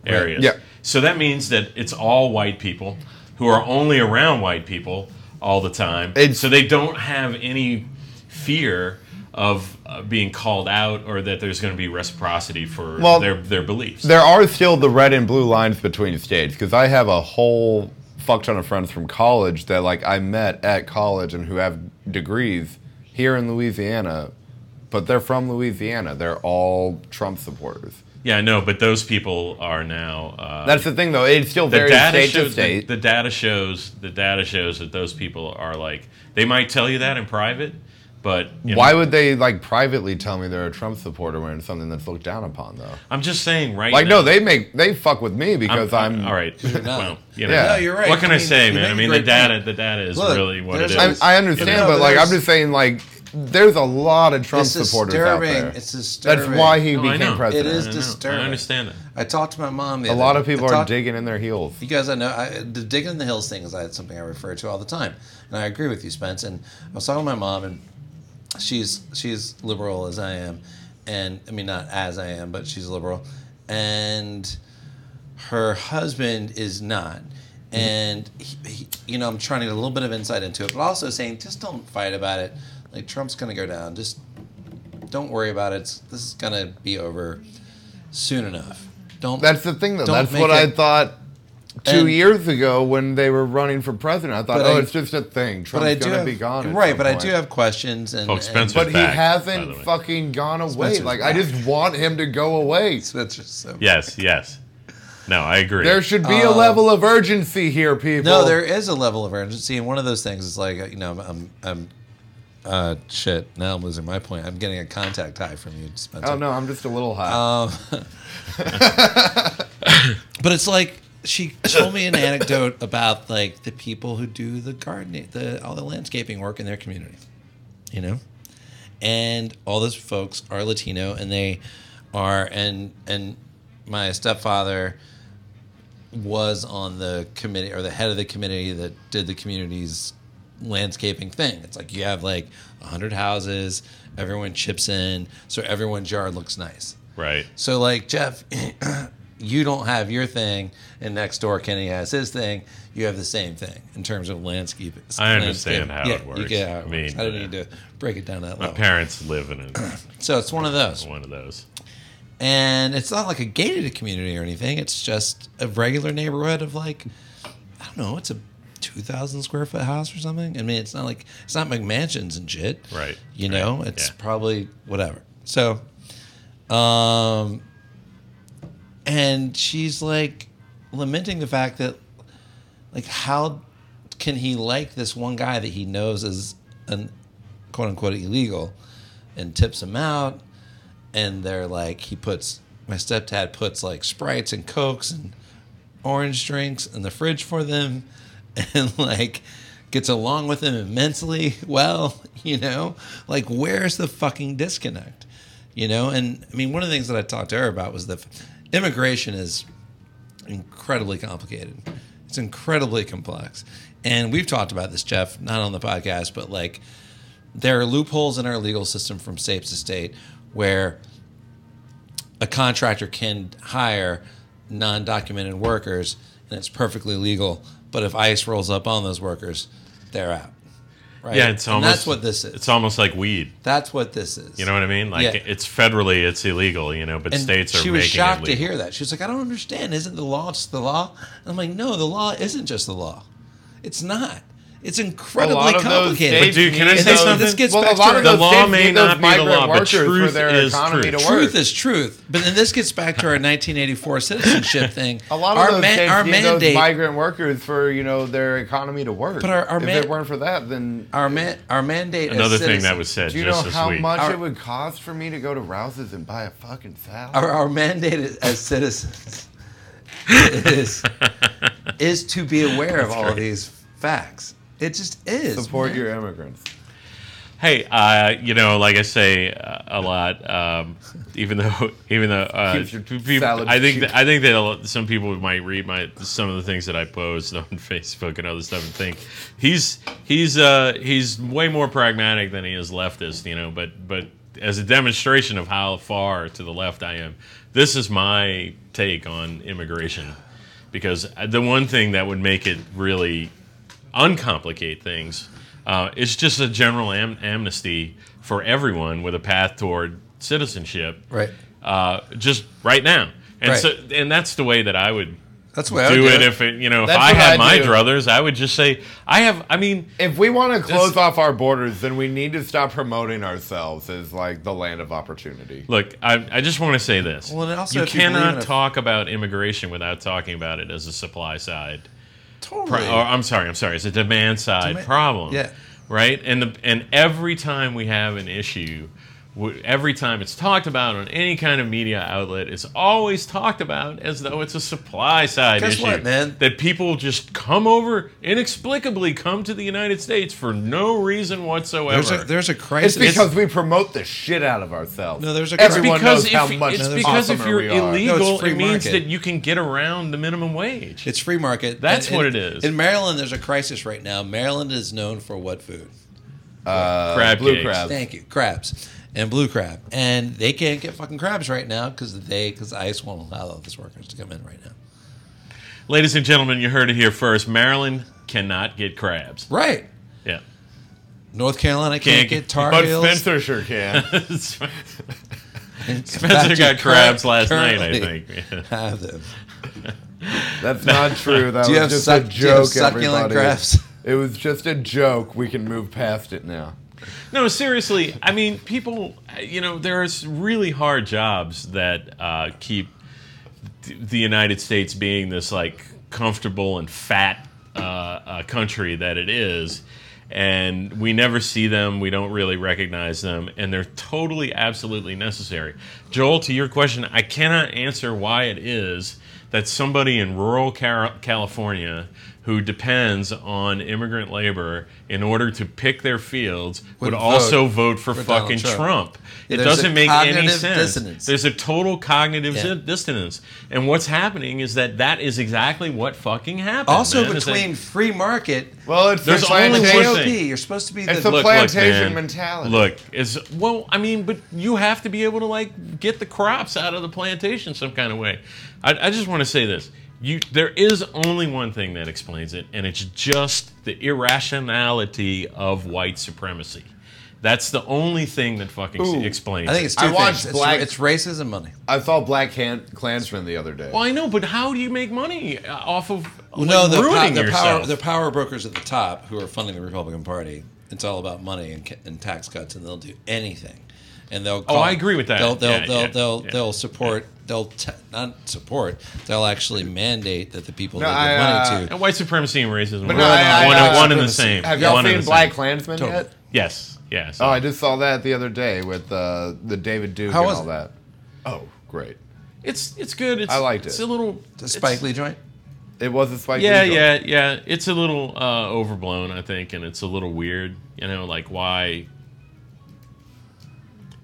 Speaker 1: areas
Speaker 3: Yeah.
Speaker 1: so that means that it's all white people who are only around white people all the time
Speaker 3: It's-
Speaker 1: so they don't have any fear of uh, being called out or that there's going to be reciprocity for
Speaker 3: Well,
Speaker 1: their their beliefs
Speaker 3: there are still the red and blue lines between states because I have a whole fuck ton of friends from college that like I met at college and who have degrees here in Louisiana, but they're from Louisiana. They're all Trump supporters.
Speaker 1: Yeah, no, but those people are now. Uh,
Speaker 3: That's the thing though; it still
Speaker 1: the
Speaker 3: varies
Speaker 1: data
Speaker 3: state to
Speaker 1: shows. The,
Speaker 3: state.
Speaker 1: the data shows. The data shows that those people are like. They might tell you that in private, but you know,
Speaker 3: Why would they like privately tell me they're a Trump supporter when it's something that's looked down upon though?
Speaker 1: I'm just saying, right?
Speaker 3: Like
Speaker 1: now,
Speaker 3: no, they make they fuck with me because I'm,
Speaker 1: all right. well, you know,
Speaker 3: Yeah. No,
Speaker 2: you're right.
Speaker 1: What can I,
Speaker 2: I mean,
Speaker 1: say,
Speaker 2: you
Speaker 1: man?
Speaker 2: make
Speaker 1: I
Speaker 2: a
Speaker 1: mean, the
Speaker 2: great point.
Speaker 1: data. The data is
Speaker 2: Look,
Speaker 1: really what it
Speaker 2: there's-
Speaker 1: is.
Speaker 3: I, I understand,
Speaker 1: You know,
Speaker 3: but
Speaker 2: but
Speaker 3: like I'm
Speaker 2: there's-
Speaker 3: just saying, like there's a lot of Trump
Speaker 2: It's
Speaker 3: supporters out
Speaker 2: disturbing.
Speaker 3: there.
Speaker 2: It's
Speaker 3: That's
Speaker 2: disturbing.
Speaker 3: why he
Speaker 1: No, I
Speaker 3: became
Speaker 1: know.
Speaker 3: president.
Speaker 2: It is
Speaker 1: I know.
Speaker 2: disturbing.
Speaker 1: I understand it.
Speaker 2: I talked to my mom. The
Speaker 3: A
Speaker 2: other
Speaker 3: lot
Speaker 2: day.
Speaker 3: of people
Speaker 2: I
Speaker 3: are
Speaker 2: talked-
Speaker 3: digging in their heels.
Speaker 2: You guys, I know I, the digging in the hills thing is I, something I refer to all the time, and I agree with you, Spence. And I was talking to my mom, and she's she's liberal as I am, and I mean not as I am, but she's liberal, and her husband is not, And he, he, you know, I'm trying to get a little bit of insight into it, but also saying just don't fight about it. Like Trump's going to go down. Just don't worry about it. It's, this is going to be over soon enough. Don't.
Speaker 3: That's the thing, though.
Speaker 2: don't
Speaker 3: That's
Speaker 2: make
Speaker 3: what I
Speaker 2: it-
Speaker 3: thought two
Speaker 2: And-
Speaker 3: years ago when they were running for president. I thought,
Speaker 2: But
Speaker 3: oh,
Speaker 2: I-
Speaker 3: it's just a thing.
Speaker 2: But I
Speaker 3: Trump's
Speaker 2: do
Speaker 3: going to
Speaker 2: have,
Speaker 3: be gone. at
Speaker 2: right,
Speaker 3: some
Speaker 2: but I
Speaker 3: point.
Speaker 2: do have questions and,
Speaker 1: Oh,
Speaker 2: and-
Speaker 1: Spencer.
Speaker 3: But he
Speaker 1: back, by the way.
Speaker 3: hasn't fucking gone away.
Speaker 2: Spencer's
Speaker 3: like I just want him to go away.
Speaker 2: Spencer's so
Speaker 1: Yes, yes. No, I agree.
Speaker 3: There should be a level of urgency here, people.
Speaker 2: No, there is a level of urgency, and one of those things is like you know, I'm, I'm, I'm uh, shit. Now I'm losing my point. I'm getting a contact high from you, Spencer.
Speaker 3: Oh no, I'm just a little
Speaker 2: Um,
Speaker 3: high.
Speaker 2: But it's like she told me an anecdote about like the people who do the gardening, the all the landscaping work in their community, you know, and all those folks are Latino, and they are and and my stepfather was on the committee or the head of the committee that did the community's landscaping thing. It's like you have like 100 houses, everyone chips in, so everyone's yard looks nice.
Speaker 1: Right.
Speaker 2: So like Jeff, [clears throat] you don't have your thing, and next door Kenny has his thing. You have the same thing in terms of landscape.
Speaker 1: I understand
Speaker 2: landscape.
Speaker 1: how
Speaker 2: yeah,
Speaker 1: it works.
Speaker 2: You get how it
Speaker 1: I mean,
Speaker 2: works. I don't
Speaker 1: yeah.
Speaker 2: need to break it down to that
Speaker 1: My
Speaker 2: level.
Speaker 1: parents live in a,
Speaker 2: so it's one of those,
Speaker 1: one of those.
Speaker 2: and it's not like a gated community or anything. It's just a regular neighborhood of like, I don't know, it's a two thousand square foot house or something. I mean, it's not like it's not McMansions and shit.
Speaker 1: Right,
Speaker 2: You
Speaker 1: right,
Speaker 2: know, it's
Speaker 1: yeah.
Speaker 2: probably whatever. So, um, and she's like lamenting the fact that, like, how can he like this one guy that he knows is an quote unquote illegal, and tips him out, and they're like he puts my stepdad puts like sprites and cokes and orange drinks in the fridge for them [laughs] and like gets along with them immensely [laughs] well, you know? Like where's the fucking disconnect? You know, and I mean one of the things that I talked to her about was that immigration is incredibly complicated. It's incredibly complex. And we've talked about this, Jeff, not on the podcast, but like there are loopholes in our legal system from state to state where a contractor can hire non-documented workers and it's perfectly legal but if ice rolls up on those workers they're out right
Speaker 1: Yeah, it's
Speaker 2: And
Speaker 1: almost
Speaker 2: that's what this is
Speaker 1: It's almost like weed.
Speaker 2: that's what this is
Speaker 1: You know what I mean? Like
Speaker 2: Yeah.
Speaker 1: it's federally, it's illegal. You know, but
Speaker 2: and
Speaker 1: states are
Speaker 2: she was
Speaker 1: making
Speaker 2: shocked
Speaker 1: it
Speaker 2: to
Speaker 1: legal.
Speaker 2: hear that she was like i don't understand isn't the law just the law and i'm like no the law isn't just the law it's not it's incredibly
Speaker 3: of those
Speaker 2: complicated
Speaker 3: states
Speaker 1: But dude, can I
Speaker 3: need
Speaker 1: say
Speaker 3: those-
Speaker 1: something? This
Speaker 2: gets
Speaker 3: well,
Speaker 2: back
Speaker 3: a lot
Speaker 2: to
Speaker 3: of
Speaker 2: the
Speaker 3: those
Speaker 1: law
Speaker 3: states
Speaker 1: may
Speaker 3: need those
Speaker 1: not be the
Speaker 3: migrant
Speaker 1: law, but
Speaker 3: workers for
Speaker 1: truth
Speaker 3: their
Speaker 1: is
Speaker 3: economy
Speaker 1: truth.
Speaker 3: to work.
Speaker 2: Truth is truth, but then this gets back to our 1984
Speaker 3: [laughs]
Speaker 2: citizenship thing.
Speaker 3: a lot of
Speaker 2: our
Speaker 3: those
Speaker 2: man-
Speaker 3: states
Speaker 2: our
Speaker 3: need
Speaker 2: mandate,
Speaker 3: those migrant workers for you know their economy to work.
Speaker 2: But our- our
Speaker 3: if
Speaker 2: man-
Speaker 3: it weren't for that, then
Speaker 2: our man, our mandate. as
Speaker 1: Another thing that
Speaker 2: citizens-
Speaker 1: was said
Speaker 3: do you know
Speaker 1: just this
Speaker 3: how
Speaker 1: week.
Speaker 3: much
Speaker 2: Our-
Speaker 3: it would cost for me to go to Rouse's and buy a fucking salad?
Speaker 2: our, our mandate as citizens
Speaker 1: [laughs]
Speaker 2: is is to be aware of all these facts. It just is.
Speaker 3: Support
Speaker 2: man.
Speaker 3: your immigrants.
Speaker 1: Hey, uh, you know, like I say uh, a lot, um, even though, [laughs] even though, uh,
Speaker 3: Keeps your
Speaker 1: people,
Speaker 3: salad
Speaker 1: I think,
Speaker 3: cheap.
Speaker 1: that, I think that a lot- some people might read my some of the things that I post [laughs] on Facebook and other stuff and think he's he's uh, he's way more pragmatic than he is leftist, you know. But but as a demonstration of how far to the left I am, this is my take on immigration, because the one thing that would make it really uncomplicate things. Uh, it's just a general am- amnesty for everyone with a path toward citizenship,
Speaker 2: right.
Speaker 1: uh, just right now. And
Speaker 2: Right.
Speaker 1: so, and that's the way that I would
Speaker 2: That's what I would
Speaker 1: do it.
Speaker 2: do.
Speaker 1: If it, you know, if
Speaker 3: That's
Speaker 1: I
Speaker 3: what
Speaker 1: had
Speaker 3: I'd
Speaker 1: my
Speaker 3: do.
Speaker 1: druthers, I would just say, I have. I mean,
Speaker 3: If we want to close
Speaker 1: This-
Speaker 3: off our borders, then we need to stop promoting ourselves as like the land of opportunity.
Speaker 1: Look, I, I just want to say this.
Speaker 2: Well, and also
Speaker 1: you
Speaker 2: if you believe
Speaker 1: cannot
Speaker 2: in a-
Speaker 1: talk about immigration without talking about it as a supply side.
Speaker 2: totally.
Speaker 1: Pro- or, I'm sorry, I'm sorry. It's a demand side
Speaker 2: Demand-
Speaker 1: problem.
Speaker 2: yeah.
Speaker 1: Right. And the and every time we have an issue, w- every time it's talked about on any kind of media outlet, it's always talked about as though it's a supply side
Speaker 2: Guess
Speaker 1: issue.
Speaker 2: what, man?
Speaker 1: That people just come over inexplicably come to the United States for no reason whatsoever.
Speaker 2: there's a there's a
Speaker 3: It's
Speaker 2: crisis.
Speaker 3: because we promote the shit out of ourselves.
Speaker 2: No, there's a-
Speaker 1: It's
Speaker 3: everyone
Speaker 1: because
Speaker 3: knows
Speaker 1: if,
Speaker 3: how much
Speaker 1: it's because if
Speaker 3: awesomer
Speaker 1: you're
Speaker 3: we are.
Speaker 1: illegal,
Speaker 2: No, it's free
Speaker 1: it means
Speaker 2: market.
Speaker 1: that you can get around the minimum wage.
Speaker 2: It's free market.
Speaker 1: That's
Speaker 2: And-
Speaker 1: what
Speaker 2: and-
Speaker 1: it is.
Speaker 2: In Maryland, there's a crisis right now. Maryland is known for what food?
Speaker 3: Uh,
Speaker 1: crab
Speaker 3: blue
Speaker 1: cakes.
Speaker 3: crab.
Speaker 2: Thank you, crabs and blue crab, and they can't get fucking crabs right now because they because ICE won't allow all those workers to come in right now.
Speaker 1: Ladies and gentlemen, you heard it here first. Maryland cannot get crabs.
Speaker 2: Right.
Speaker 1: Yeah.
Speaker 2: North Carolina can't,
Speaker 1: Can't
Speaker 2: get
Speaker 1: get-
Speaker 2: Tar
Speaker 3: But
Speaker 2: Heels.
Speaker 3: Spencer sure can.
Speaker 1: That's right.
Speaker 2: and
Speaker 1: Spencer
Speaker 2: Patrick
Speaker 1: got crabs last night, I
Speaker 2: currently [laughs]
Speaker 1: think. [laughs] Yeah.
Speaker 2: Have them.
Speaker 3: That's not true. That
Speaker 2: Do you
Speaker 3: was
Speaker 2: have
Speaker 3: just
Speaker 2: suc-
Speaker 3: a
Speaker 2: do you have
Speaker 3: joke.
Speaker 2: succulent
Speaker 3: everybody.
Speaker 2: crabs?
Speaker 3: It was just a joke. We can move past it now.
Speaker 1: No, seriously. I mean, people. You know, there are s- really hard jobs that uh, keep th- the United States being this like comfortable and fat uh, uh, country that it is, and we never see them. We don't really recognize them, and they're totally, absolutely necessary. Joel, to your question, I cannot answer why it is that somebody in rural Car- California. Who depends on immigrant labor in order to pick their fields would,
Speaker 2: Would vote
Speaker 1: also vote for,
Speaker 2: for Donald
Speaker 1: fucking
Speaker 2: Trump.
Speaker 1: Trump. It
Speaker 2: There's a
Speaker 1: doesn't make any
Speaker 2: cognitive
Speaker 1: sense.
Speaker 2: dissonance.
Speaker 1: There's a total cognitive
Speaker 2: Yeah.
Speaker 1: zi- dissonance, and what's happening is that that is exactly what fucking happened.
Speaker 2: Also,
Speaker 1: man, is that-
Speaker 2: between free market
Speaker 3: Well, it's
Speaker 1: There's
Speaker 3: the
Speaker 1: only
Speaker 3: plantation-
Speaker 1: one
Speaker 2: GOP,
Speaker 1: thing.
Speaker 2: you're supposed to be
Speaker 3: It's
Speaker 2: the
Speaker 3: a- plantation
Speaker 1: man,
Speaker 3: mentality.
Speaker 1: Look, is well, I mean, but you have to be able to like get the crops out of the plantation some kind of way. I, I just want to say this: you, there is only one thing that explains it, and it's just the irrationality of white supremacy. That's the only thing that fucking s-
Speaker 3: Ooh.
Speaker 1: explains.
Speaker 2: I think
Speaker 1: it.
Speaker 2: it's two
Speaker 3: I watched
Speaker 2: things.
Speaker 3: Black-
Speaker 2: It's, it's racism money.
Speaker 3: I saw Black Han- Klansman the other day.
Speaker 1: Well, I know, but how do you make money uh, off of like,
Speaker 2: Well, no, the, pow-
Speaker 1: ruining
Speaker 2: the power
Speaker 1: yourself?
Speaker 2: the power brokers at the top who are funding the Republican Party. It's all about money and, ca- and tax cuts, and they'll do anything. And they'll call,
Speaker 1: Oh, I agree with that.
Speaker 2: They'll they'll
Speaker 1: Yeah,
Speaker 2: they'll,
Speaker 1: yeah,
Speaker 2: they'll,
Speaker 1: yeah,
Speaker 2: they'll support. They'll t- not support. They'll actually mandate that the people
Speaker 3: No,
Speaker 2: they give
Speaker 3: I, uh,
Speaker 2: money to.
Speaker 1: And white supremacy and racism
Speaker 3: But
Speaker 1: are
Speaker 3: no, I- I-
Speaker 1: one,
Speaker 3: I-
Speaker 1: one and the
Speaker 2: supremacy.
Speaker 1: same.
Speaker 3: Have y'all
Speaker 1: One and
Speaker 3: seen
Speaker 1: the
Speaker 3: Black
Speaker 1: same.
Speaker 3: Klansman
Speaker 2: Totally.
Speaker 3: yet?
Speaker 1: Yes. Yes.
Speaker 3: Oh, I just saw that the other day with uh, the David Duke
Speaker 2: How
Speaker 3: and
Speaker 2: was
Speaker 3: all
Speaker 2: it?
Speaker 3: that. Oh, great!
Speaker 1: It's it's good. It's,
Speaker 3: I liked
Speaker 1: It's
Speaker 3: it.
Speaker 1: a little
Speaker 2: The Spike Lee joint.
Speaker 3: It was a Spike
Speaker 1: Yeah,
Speaker 3: Lee
Speaker 1: yeah,
Speaker 3: joint.
Speaker 1: yeah. It's a little uh, overblown, I think, and it's a little weird. You know, like why?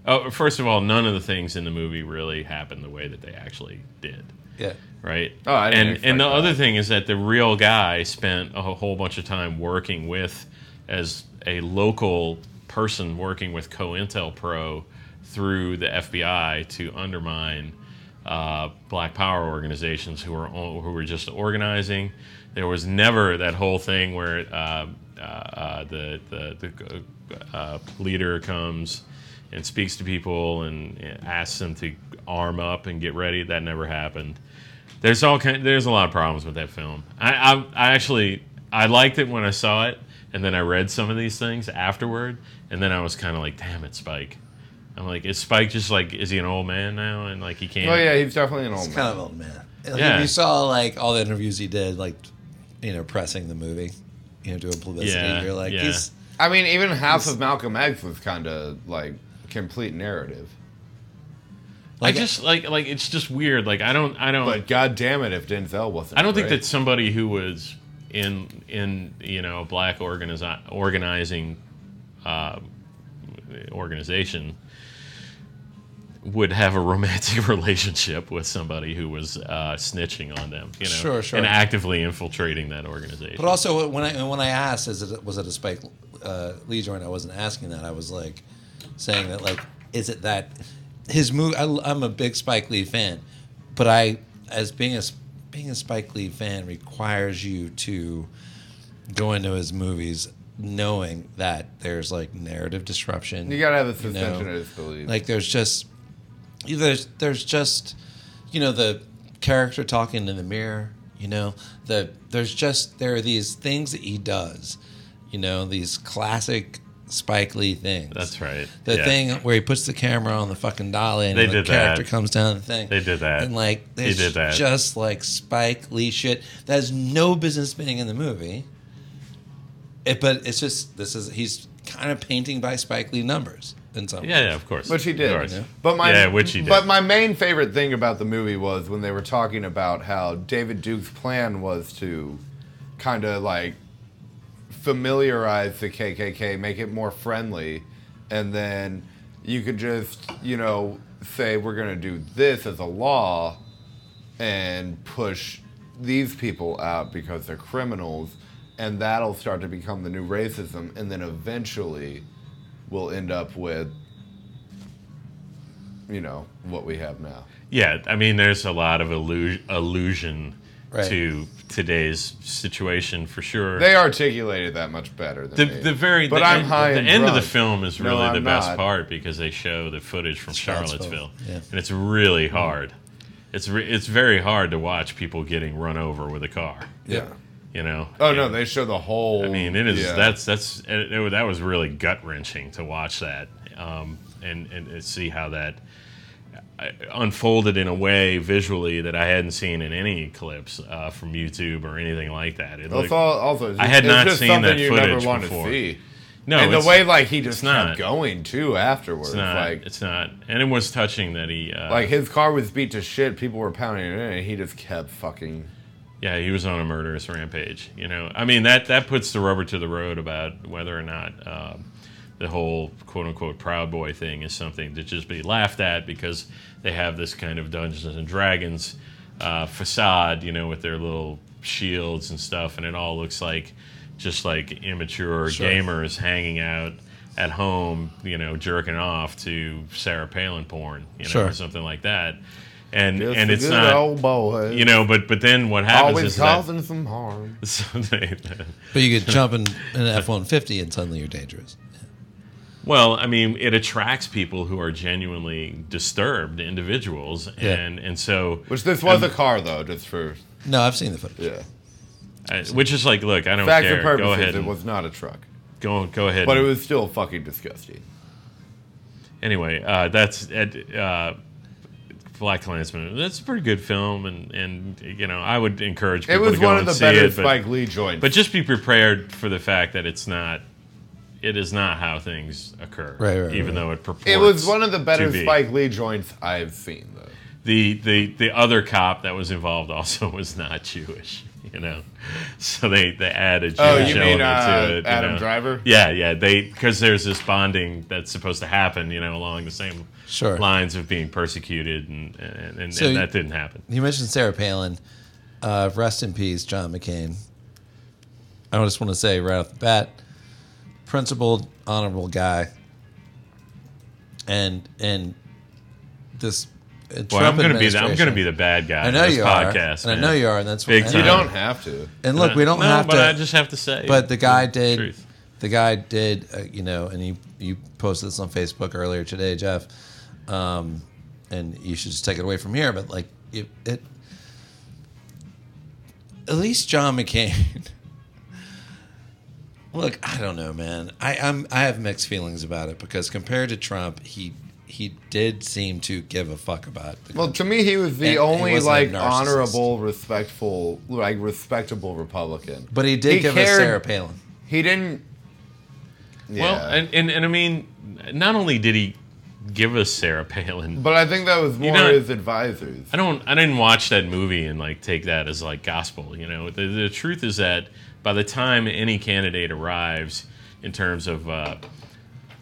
Speaker 1: Oh, first of all, none of the things in the movie really happened the way that they actually did,
Speaker 2: Yeah.
Speaker 1: right?
Speaker 3: Oh, I didn't
Speaker 1: and
Speaker 3: expect
Speaker 1: and the
Speaker 3: that.
Speaker 1: other thing is that the real guy spent a whole bunch of time working with, as a local person working with COINTELPRO through the FBI to undermine uh, Black Power organizations who were o- who were just organizing. There was never that whole thing where uh, uh, uh, the the, the uh, leader comes and speaks to people and asks them to arm up and get ready. That never happened. There's all kind, there's a lot of problems with that film. I, I I actually I liked it when I saw it, and then I read some of these things afterward, and then I was kind of like, damn it, Spike. I'm like, is Spike just like is he an old man now and like he can't?
Speaker 3: Oh yeah, he's definitely an old
Speaker 2: It's
Speaker 3: man.
Speaker 2: kind of old man. Like,
Speaker 1: Yeah.
Speaker 2: If you saw like all the interviews he did, like you know, pressing the movie, you know, doing publicity.
Speaker 1: Yeah,
Speaker 2: You're like,
Speaker 1: yeah.
Speaker 2: he's
Speaker 3: I mean, even half of Malcolm X was kind of like complete narrative.
Speaker 2: like,
Speaker 1: I just like like it's just weird. Like I don't I don't
Speaker 3: But god damn it, if Denzel wasn't.
Speaker 1: I don't think
Speaker 3: great.
Speaker 1: that somebody who was in in you know a black organizi- organizing uh, organization would have a romantic [laughs] relationship with somebody who was uh, snitching on them, you know,
Speaker 2: Sure, sure.
Speaker 1: and actively infiltrating that organization.
Speaker 2: But also, when I when I asked, is it was it a Spike uh, Lee joint? I wasn't asking that. I was like saying that like, is it that his movie? I, I'm a big Spike Lee fan, but I as being a being a Spike Lee fan requires you to go into his movies knowing that there's like narrative disruption.
Speaker 3: you gotta have a
Speaker 2: you know?
Speaker 3: suspension of disbelief.
Speaker 2: Like there's just there's there's just you know the character talking in the mirror, you know, the there's just there are these things that he does, you know, these classic Spike Lee things.
Speaker 1: That's right.
Speaker 2: The
Speaker 1: Yeah.
Speaker 2: thing where he puts the camera on the fucking dolly and
Speaker 1: They
Speaker 2: the
Speaker 1: did
Speaker 2: character
Speaker 1: that.
Speaker 2: comes down the thing.
Speaker 1: They did that.
Speaker 2: And like
Speaker 1: He
Speaker 2: there's
Speaker 1: did that.
Speaker 2: just like Spike Lee shit that has no business being in the movie. It, but it's just this is he's kind of painting by Spike Lee numbers in some
Speaker 1: yeah, yeah, of course.
Speaker 3: Which he
Speaker 1: Of
Speaker 3: did.
Speaker 1: course.
Speaker 3: But my
Speaker 1: Yeah, which he did.
Speaker 3: But my main favorite thing about the movie was when they were talking about how David Duke's plan was to kind of like familiarize the KKK, make it more friendly, and then you could just, you know, say we're going to do this as a law and push these people out because they're criminals and that'll start to become the new racism and then eventually we'll end up with you know what we have now.
Speaker 1: Yeah, I mean, there's a lot of illu- illusion
Speaker 2: Right.
Speaker 1: to today's situation for sure.
Speaker 3: They articulated that much better
Speaker 1: the,
Speaker 3: than me.
Speaker 1: the very
Speaker 3: But
Speaker 1: the,
Speaker 3: I'm
Speaker 1: end-
Speaker 3: high
Speaker 1: the
Speaker 3: and
Speaker 1: end of the
Speaker 3: drunk.
Speaker 1: film is
Speaker 3: No,
Speaker 1: really the
Speaker 3: I'm
Speaker 1: best
Speaker 3: not.
Speaker 1: part because they show the footage from Charlottesville,
Speaker 2: Charlottesville, yeah.
Speaker 1: and it's really hard. It's re- it's very hard to watch people getting run over with a car.
Speaker 3: Yeah.
Speaker 1: You know.
Speaker 3: Oh
Speaker 1: And-
Speaker 3: no, they show the whole.
Speaker 1: I mean, it is
Speaker 3: yeah.
Speaker 1: that's that's it, it, that was really gut wrenching to watch that, um, and and see how that uh, unfolded in a way visually that I hadn't seen in any clips uh, from YouTube or anything like that. It
Speaker 3: Well,
Speaker 1: looked-
Speaker 3: it's all- also, it's
Speaker 1: I had
Speaker 3: just- it's
Speaker 1: not
Speaker 3: just
Speaker 1: seen that
Speaker 3: something you
Speaker 1: footage
Speaker 3: never want
Speaker 1: before.
Speaker 3: to see.
Speaker 1: no,
Speaker 3: and the
Speaker 1: it's-
Speaker 3: way like he just
Speaker 1: it's not.
Speaker 3: kept going too afterwards,
Speaker 1: it's not.
Speaker 3: like
Speaker 1: it's not, and it was touching that he uh,
Speaker 3: like his car was beat to shit. People were pounding it in, and he just kept fucking.
Speaker 1: Yeah, he was on a murderous rampage. You know, I mean that that puts the rubber to the road about whether or not um, the whole quote unquote Proud Boy thing is something to just be laughed at because they have this kind of Dungeons and Dragons uh, facade, you know, with their little shields and stuff, and it all looks like just like immature
Speaker 2: Sure.
Speaker 1: gamers hanging out at home, you know, jerking off to Sarah Palin porn, you know, or
Speaker 2: Sure.
Speaker 1: something like that. And
Speaker 3: Just
Speaker 1: and
Speaker 3: a
Speaker 1: it's
Speaker 3: good
Speaker 1: not
Speaker 3: old boy.
Speaker 1: you know, but but then what happens
Speaker 3: always
Speaker 1: is that [laughs]
Speaker 3: causing some harm.
Speaker 1: someday.
Speaker 2: But
Speaker 1: [laughs]
Speaker 2: you could jump in in an F one fifty and suddenly you're dangerous.
Speaker 1: Well, I mean, it attracts people who are genuinely disturbed individuals,
Speaker 2: Yeah.
Speaker 1: and and so
Speaker 3: Which this was a car though, just for
Speaker 2: No, I've seen the footage.
Speaker 3: yeah.
Speaker 1: I- uh, which is like, look, I don't
Speaker 3: Facts
Speaker 1: care.
Speaker 3: and
Speaker 1: go
Speaker 3: purposes,
Speaker 1: ahead,
Speaker 3: it
Speaker 1: and,
Speaker 3: was not a truck,
Speaker 1: go go ahead.
Speaker 3: but it
Speaker 1: and-
Speaker 3: was still fucking disgusting.
Speaker 1: anyway, uh, that's at uh, Black Klansman. That's a pretty good film, and and you know, I would encourage
Speaker 3: It
Speaker 1: people
Speaker 3: was
Speaker 1: to go
Speaker 3: one of
Speaker 1: and
Speaker 3: the
Speaker 1: see
Speaker 3: better
Speaker 1: it, but-
Speaker 3: Spike Lee joints.
Speaker 1: But just be prepared for the fact that it's not. It is not how things occur,
Speaker 2: Right, right,
Speaker 1: even
Speaker 2: right.
Speaker 1: though it purports.
Speaker 3: it was one of the better
Speaker 1: to be.
Speaker 3: Spike Lee joints I've seen though.
Speaker 1: the the the other cop that was involved also [laughs] was not Jewish, you know. So they they added Jewish
Speaker 3: Oh, you
Speaker 1: element
Speaker 3: mean uh,
Speaker 1: to it. you
Speaker 3: Adam
Speaker 1: know.
Speaker 3: Driver?
Speaker 1: Yeah, yeah. They because there's this bonding that's supposed to happen, you know, along the same
Speaker 2: Sure.
Speaker 1: lines of being persecuted, and and, and,
Speaker 2: So
Speaker 1: and
Speaker 2: you-
Speaker 1: that didn't happen.
Speaker 2: You mentioned Sarah Palin. Uh, rest in peace, John McCain. I just want to say right off the bat, principled, honorable guy, and and this. Uh,
Speaker 1: Well, I'm gonna be the, I'm gonna be the bad guy.
Speaker 2: I know
Speaker 1: on this
Speaker 2: you are,
Speaker 1: podcast,
Speaker 2: and I
Speaker 1: man.
Speaker 2: know you are, and that's
Speaker 1: Big
Speaker 2: what,
Speaker 1: time.
Speaker 3: You
Speaker 2: and,
Speaker 3: don't have to.
Speaker 2: And look, we don't
Speaker 1: No,
Speaker 2: have
Speaker 1: but
Speaker 2: to.
Speaker 1: I just have to say.
Speaker 2: But the guy did.
Speaker 1: truth.
Speaker 2: The guy did. Uh, you know, and you you posted this on Facebook earlier today, Jeff. Um, and you should just take it away from here. But like it, it at least John McCain. [laughs] Look, I don't know, man. I, I'm I have mixed feelings about it because compared to Trump, he he did seem to give a fuck about. The
Speaker 3: Well, to me, he was the
Speaker 2: And he
Speaker 3: only
Speaker 2: wasn't a
Speaker 3: like
Speaker 2: narcissist.
Speaker 3: honorable, respectful, like respectable Republican.
Speaker 2: but he did
Speaker 3: he
Speaker 2: give us
Speaker 3: cared-
Speaker 2: Sarah Palin.
Speaker 3: He didn't. Yeah.
Speaker 1: Well, and, and and I mean, not only did he give us Sarah Palin,
Speaker 3: but I think that was more
Speaker 1: don't-
Speaker 3: his advisors.
Speaker 1: I don't. I didn't watch that movie and like take that as like gospel. You know, the, the truth is that by the time any candidate arrives, in terms of uh,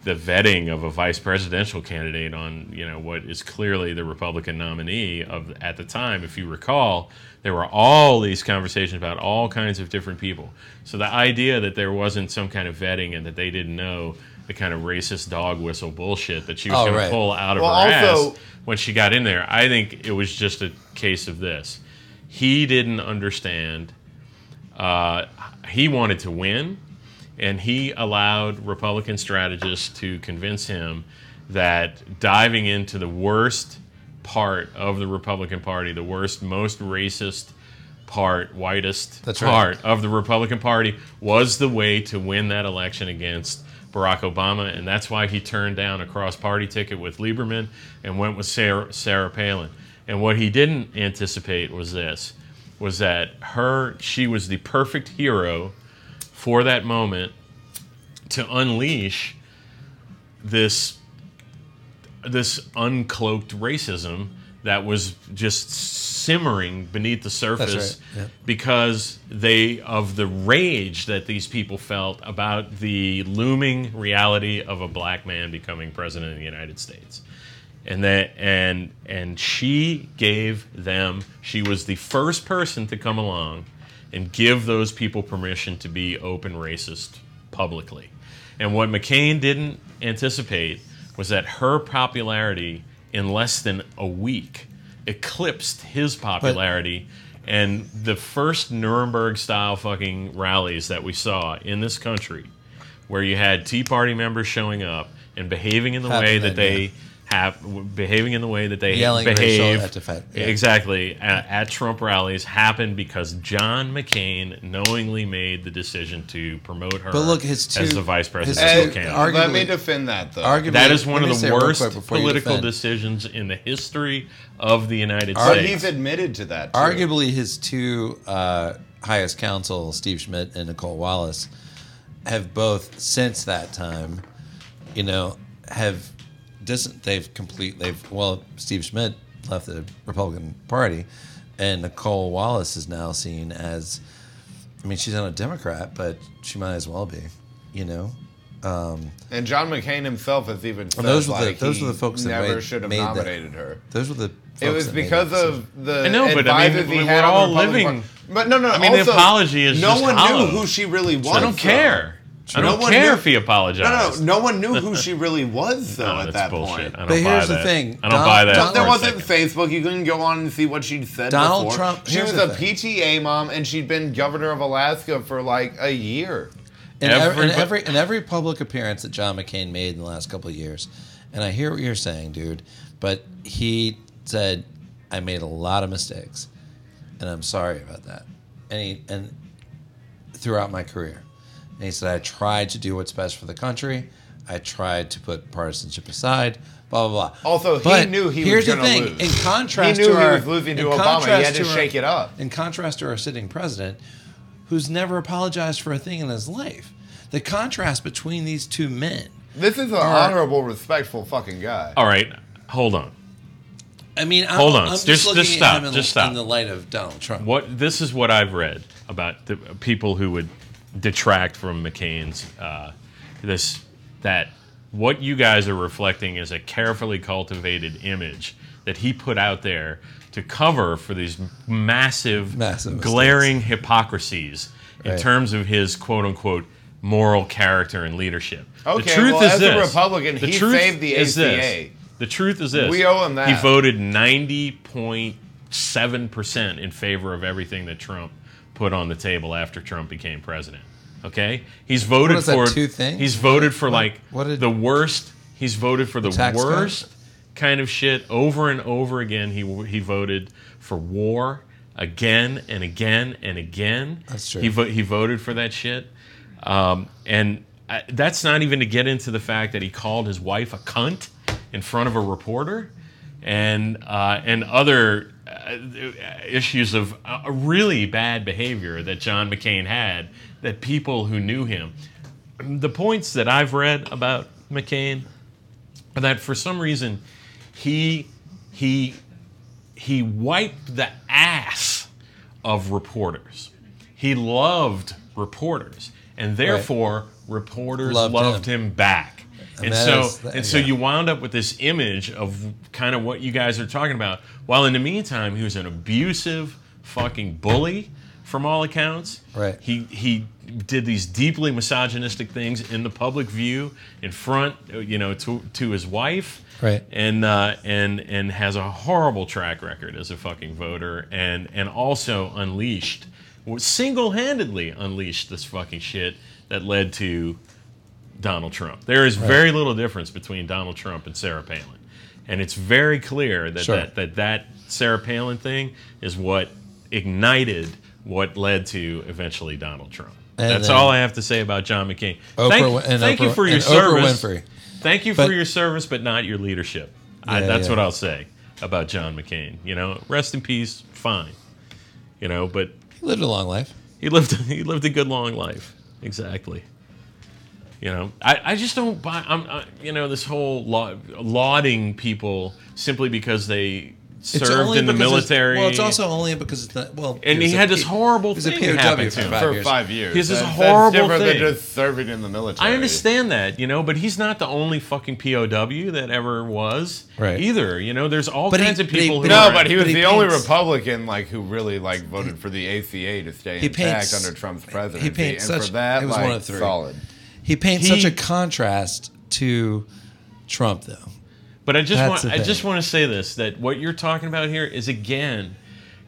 Speaker 1: the vetting of a vice presidential candidate on you know what is clearly the Republican nominee of at the time, if you recall, there were all these conversations about all kinds of different people. So the idea that there wasn't some kind of vetting and that they didn't know the kind of racist dog whistle bullshit that she was
Speaker 2: Oh,
Speaker 1: going
Speaker 2: right.
Speaker 1: to pull out of
Speaker 3: Well,
Speaker 1: her
Speaker 3: also-
Speaker 1: ass when she got in there. I think it was just a case of this. He didn't understand. Uh, he wanted to win, and he allowed Republican strategists to convince him that diving into the worst part of the Republican Party, the worst, most racist part, whitest
Speaker 2: That's right.
Speaker 1: part of the Republican Party, was the way to win that election against Barack Obama, and that's why he turned down a cross-party ticket with Lieberman and went with Sarah, Sarah Palin. And what he didn't anticipate was this: was that her she was the perfect hero for that moment to unleash this this uncloaked racism that was just simmering beneath the surface
Speaker 2: right, yeah.
Speaker 1: because they of the rage that these people felt about the looming reality of a black man becoming president of the United States. And that and and she gave them she was the first person to come along and give those people permission to be open racist publicly. And what McCain didn't anticipate was that her popularity in less than a week eclipsed his popularity And the first Nuremberg style fucking rallies that we saw in this country, where you had Tea Party members showing up and behaving in the way
Speaker 2: Happened
Speaker 1: that
Speaker 2: then,
Speaker 1: they have, w- behaving in the way that they
Speaker 2: Yelling
Speaker 1: behave
Speaker 2: racial epithet, yeah.
Speaker 1: exactly at, at Trump rallies happened because John McCain knowingly made the decision to promote her
Speaker 2: But look, his two-
Speaker 1: as the vice
Speaker 2: his
Speaker 1: presidential
Speaker 2: two-
Speaker 3: Hey,
Speaker 1: candidate.
Speaker 2: our-
Speaker 3: let
Speaker 2: Arguably-
Speaker 3: me defend that though.
Speaker 2: Arguably,
Speaker 1: That is one
Speaker 2: let
Speaker 1: of
Speaker 2: me say
Speaker 1: the
Speaker 2: it real
Speaker 1: worst
Speaker 2: quick before you
Speaker 1: political
Speaker 2: defend.
Speaker 1: decisions in the history of the United
Speaker 3: but
Speaker 1: States.
Speaker 3: he's admitted to that. Too.
Speaker 2: Arguably, his two uh, highest counsel, Steve Schmidt and Nicole Wallace, have both since that time, you know, have dis- they've complete they've well, Steve Schmidt left the Republican Party, and Nicole Wallace is now seen as, I mean, she's not a Democrat, but she might as well be, you know.
Speaker 3: and John McCain himself has even said
Speaker 2: those were the-
Speaker 3: like,
Speaker 2: those
Speaker 3: he
Speaker 2: were the folks that
Speaker 3: never
Speaker 2: made-
Speaker 3: should have
Speaker 2: made that-
Speaker 3: nominated her.
Speaker 2: Those were the
Speaker 3: It
Speaker 2: folks
Speaker 3: was
Speaker 2: that made
Speaker 3: because
Speaker 2: that decision.
Speaker 3: of the
Speaker 1: I know, but I mean,
Speaker 3: advisors he
Speaker 1: we-
Speaker 3: had
Speaker 1: we're
Speaker 3: on the
Speaker 1: all
Speaker 3: Republican
Speaker 1: living-
Speaker 3: Party. But no, no.
Speaker 1: I mean, the
Speaker 3: also,
Speaker 1: apology is
Speaker 3: no
Speaker 1: just
Speaker 3: one
Speaker 1: hollow.
Speaker 3: knew who she really was.
Speaker 1: I don't
Speaker 3: though.
Speaker 1: care. I
Speaker 3: No
Speaker 1: don't
Speaker 3: one
Speaker 1: care
Speaker 3: knew-
Speaker 1: if he
Speaker 3: No,
Speaker 1: apologized.
Speaker 3: no, no one knew who
Speaker 1: [laughs]
Speaker 3: she really was though
Speaker 1: Oh,
Speaker 3: at
Speaker 1: that's
Speaker 3: that
Speaker 1: bullshit.
Speaker 3: point.
Speaker 1: I don't
Speaker 2: But
Speaker 1: buy
Speaker 2: here's the
Speaker 1: that.
Speaker 2: thing,
Speaker 1: I don't
Speaker 2: Don-
Speaker 1: buy that.
Speaker 2: Don-
Speaker 1: for
Speaker 3: There
Speaker 1: a
Speaker 3: wasn't
Speaker 1: second.
Speaker 3: Facebook. You couldn't go on and see what she'd said.
Speaker 2: Donald
Speaker 3: before.
Speaker 2: Trump-
Speaker 3: She
Speaker 2: here's
Speaker 3: was
Speaker 2: the
Speaker 3: a
Speaker 2: thing.
Speaker 3: PTA mom, and she'd been governor of Alaska for like a year.
Speaker 2: in every, in
Speaker 1: Everybo-
Speaker 2: every in every public appearance that John McCain made in the last couple of years, and I hear what you're saying, dude, but he said, "I made a lot of mistakes, and I'm sorry about that." And he and throughout my career, and he said, "I tried to do what's best for the country. I tried to put partisanship aside." Blah blah blah.
Speaker 3: Also, he knew he was
Speaker 2: here's the
Speaker 3: gonna
Speaker 2: thing.
Speaker 3: lose.
Speaker 2: In contrast,
Speaker 3: He knew
Speaker 2: to
Speaker 3: he
Speaker 2: our-
Speaker 3: was losing to
Speaker 2: in
Speaker 3: Obama. He
Speaker 2: contrast
Speaker 3: had to
Speaker 2: our-
Speaker 3: shake it up.
Speaker 2: In contrast to our sitting president, who's never apologized for a thing in his life. The contrast between these two men.
Speaker 3: This is an
Speaker 2: right.
Speaker 3: honorable, respectful fucking guy.
Speaker 1: All right, hold on.
Speaker 2: I mean, I'm,
Speaker 1: Hold on.
Speaker 2: I'm just,
Speaker 1: Just-
Speaker 2: looking
Speaker 1: just
Speaker 2: at
Speaker 1: stop.
Speaker 2: him in,
Speaker 1: Just stop.
Speaker 2: in the light of Donald Trump.
Speaker 1: What this is what I've read about the people who would detract from McCain's uh, this that what you guys are reflecting is a carefully cultivated image that he put out there to cover for these massive,
Speaker 2: Massive mistakes.
Speaker 1: glaring hypocrisies in
Speaker 2: Right.
Speaker 1: terms of his quote unquote moral character and leadership.
Speaker 3: Okay, well, as a Republican, he saved the
Speaker 1: is this.
Speaker 3: ACA.
Speaker 1: The truth is this:
Speaker 3: We owe him that.
Speaker 1: He voted ninety point seven percent in favor of everything that Trump put on the table after Trump became president. Okay, he's voted
Speaker 2: What is that,
Speaker 1: for
Speaker 2: two things?
Speaker 1: He's voted for like
Speaker 2: what did-
Speaker 1: the worst. He's voted for the
Speaker 2: tax cut?
Speaker 1: worst kind of shit over and over again. He he voted for war again and again and again.
Speaker 2: That's true.
Speaker 1: He vo- he voted for that shit. Um, and I, that's not even to get into the fact that he called his wife a cunt in front of a reporter, and uh, and other uh, issues of uh, really bad behavior that John McCain had that people who knew him. The points that I've read about McCain are that for some reason he he he wiped the ass of reporters. He loved reporters, and therefore reporters
Speaker 2: Loved
Speaker 1: loved, him. back. And,
Speaker 2: that
Speaker 1: so,
Speaker 2: is-
Speaker 1: and so
Speaker 2: yeah.
Speaker 1: you wound up with this image of kind of what you guys are talking about. While in the meantime, he was an abusive fucking bully, from all accounts.
Speaker 2: Right.
Speaker 1: He he did these deeply misogynistic things in the public view, in front, you know, to to his wife
Speaker 2: Right.
Speaker 1: and uh, and and has a horrible track record as a fucking voter, and and also unleashed, single-handedly unleashed this fucking shit that led to Donald Trump. There is very little difference between Donald Trump and Sarah Palin, and it's very clear that
Speaker 2: Sure.
Speaker 1: that, that that Sarah Palin thing is what ignited what led to eventually Donald Trump.
Speaker 2: And
Speaker 1: That's
Speaker 2: then-
Speaker 1: all I have to say about John McCain.
Speaker 2: Oprah Win-
Speaker 1: thank
Speaker 2: and
Speaker 1: thank you
Speaker 2: Oprah-
Speaker 1: for your
Speaker 2: and Oprah
Speaker 1: service.
Speaker 2: Winfrey.
Speaker 1: Thank you
Speaker 2: But-
Speaker 1: for your service, but not your leadership. I,
Speaker 2: Yeah,
Speaker 1: that's
Speaker 2: yeah.
Speaker 1: what I'll say about John McCain. You know, rest in peace. Fine. You know, but
Speaker 2: he lived a long life.
Speaker 1: he lived [laughs] he lived a good long life. Exactly. You know, I, I just don't buy. I'm I, you know this whole la- lauding people simply because they served in the
Speaker 2: because it's-
Speaker 1: military.
Speaker 2: Well, it's also only because it's not, well.
Speaker 1: And he
Speaker 2: was
Speaker 1: had
Speaker 2: a
Speaker 1: this
Speaker 2: P-
Speaker 1: horrible
Speaker 2: he was a
Speaker 1: thing
Speaker 2: POW
Speaker 1: happen
Speaker 2: for
Speaker 1: to him.
Speaker 2: five
Speaker 3: for
Speaker 2: years.
Speaker 3: five years.
Speaker 1: He's this
Speaker 3: That-
Speaker 1: horrible
Speaker 3: that's different
Speaker 1: thing.
Speaker 3: than just serving in the military.
Speaker 1: I understand that, you know, but he's not the only fucking POW that ever was
Speaker 2: Right.
Speaker 1: either. You know, there's all
Speaker 2: But he-
Speaker 1: kinds of
Speaker 2: but he-
Speaker 1: people
Speaker 2: but
Speaker 1: who.
Speaker 3: No,
Speaker 1: are-
Speaker 3: but he was
Speaker 2: But he
Speaker 3: the only
Speaker 2: paints-
Speaker 3: Republican like who really like voted for the ACA to stay
Speaker 2: He
Speaker 3: intact
Speaker 2: paints-
Speaker 3: under Trump's presidency.
Speaker 2: paints
Speaker 3: and
Speaker 2: such-
Speaker 3: for that,
Speaker 2: it was
Speaker 3: like,
Speaker 2: one of three.
Speaker 3: solid.
Speaker 2: He paints
Speaker 1: He-
Speaker 2: such a contrast to Trump, though.
Speaker 1: But I just
Speaker 2: That's
Speaker 1: want
Speaker 2: the
Speaker 1: I
Speaker 2: thing.
Speaker 1: just want to say this that what you're talking about here is again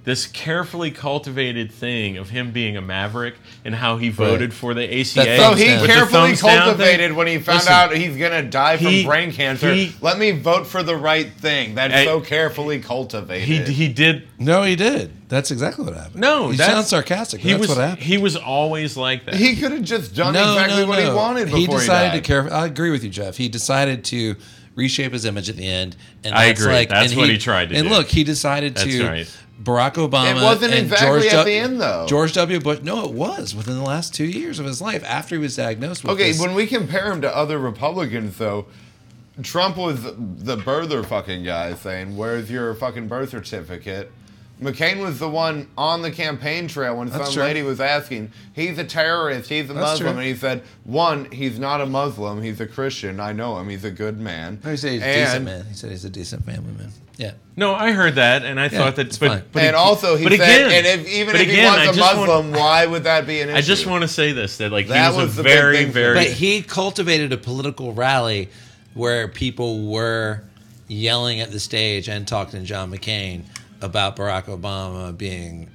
Speaker 1: this carefully cultivated thing of him being a maverick and how he voted for the ACA.
Speaker 4: That
Speaker 3: So
Speaker 4: thumbs
Speaker 3: he
Speaker 4: down. With the
Speaker 3: carefully
Speaker 1: thumbs down
Speaker 3: cultivated
Speaker 1: thing.
Speaker 3: when he found
Speaker 1: Listen,
Speaker 3: out he's gonna die from
Speaker 1: he-
Speaker 3: brain cancer.
Speaker 1: he-
Speaker 3: Let me vote for the right thing. That's
Speaker 1: Hey,
Speaker 3: so carefully cultivated.
Speaker 1: He he did
Speaker 2: No, he did. That's exactly what happened.
Speaker 1: no.
Speaker 2: he
Speaker 1: that's-
Speaker 2: sounds sarcastic. But
Speaker 1: He
Speaker 2: that's
Speaker 1: was
Speaker 2: what happened.
Speaker 1: he was always like that.
Speaker 3: He could have just done exactly what he wanted before
Speaker 2: He decided
Speaker 3: died.
Speaker 2: to care. I agree with you, Jeff. He decided to reshape his image at the end, and
Speaker 1: I
Speaker 2: that's
Speaker 1: agree.
Speaker 2: Like,
Speaker 1: That's
Speaker 2: and
Speaker 1: what he tried to
Speaker 2: and
Speaker 1: do.
Speaker 2: look, he decided
Speaker 1: That's
Speaker 2: to.
Speaker 1: right.
Speaker 2: Barack Obama.
Speaker 3: It wasn't
Speaker 2: and
Speaker 3: exactly
Speaker 2: George
Speaker 3: at
Speaker 2: W-
Speaker 3: the end, though.
Speaker 2: George W. Bush. No, it was within the last two years of his life after he was diagnosed with.
Speaker 3: Okay,
Speaker 2: this.
Speaker 3: when we compare him to other Republicans, though, Trump was the birther fucking guy saying, "Where's your fucking birth certificate?" McCain was the one on the campaign trail when
Speaker 2: That's
Speaker 3: some
Speaker 2: true.
Speaker 3: lady was asking, "He's a terrorist. He's a
Speaker 2: That's
Speaker 3: Muslim,"
Speaker 2: true.
Speaker 3: and he said, "One, he's not a Muslim. He's a Christian. I know him. He's a good man."
Speaker 2: No, he said he's a
Speaker 3: And-
Speaker 2: decent man. He said he's a decent family man. Yeah.
Speaker 1: no, I heard that and I thought
Speaker 2: it's
Speaker 1: that.
Speaker 2: fine.
Speaker 1: But, but
Speaker 3: and also, he
Speaker 1: but
Speaker 3: said,
Speaker 1: again-
Speaker 3: and if, even
Speaker 1: but
Speaker 3: if
Speaker 1: again,
Speaker 3: he
Speaker 1: I
Speaker 3: was a
Speaker 1: just want-
Speaker 3: Muslim, why would that be an issue?
Speaker 1: I just want to say this that like
Speaker 3: That
Speaker 1: he was,
Speaker 3: was
Speaker 1: a
Speaker 3: the big
Speaker 1: very
Speaker 3: thing for
Speaker 1: very
Speaker 3: me.
Speaker 4: But he cultivated a political rally where people were yelling at the stage and talking to John McCain about Barack Obama being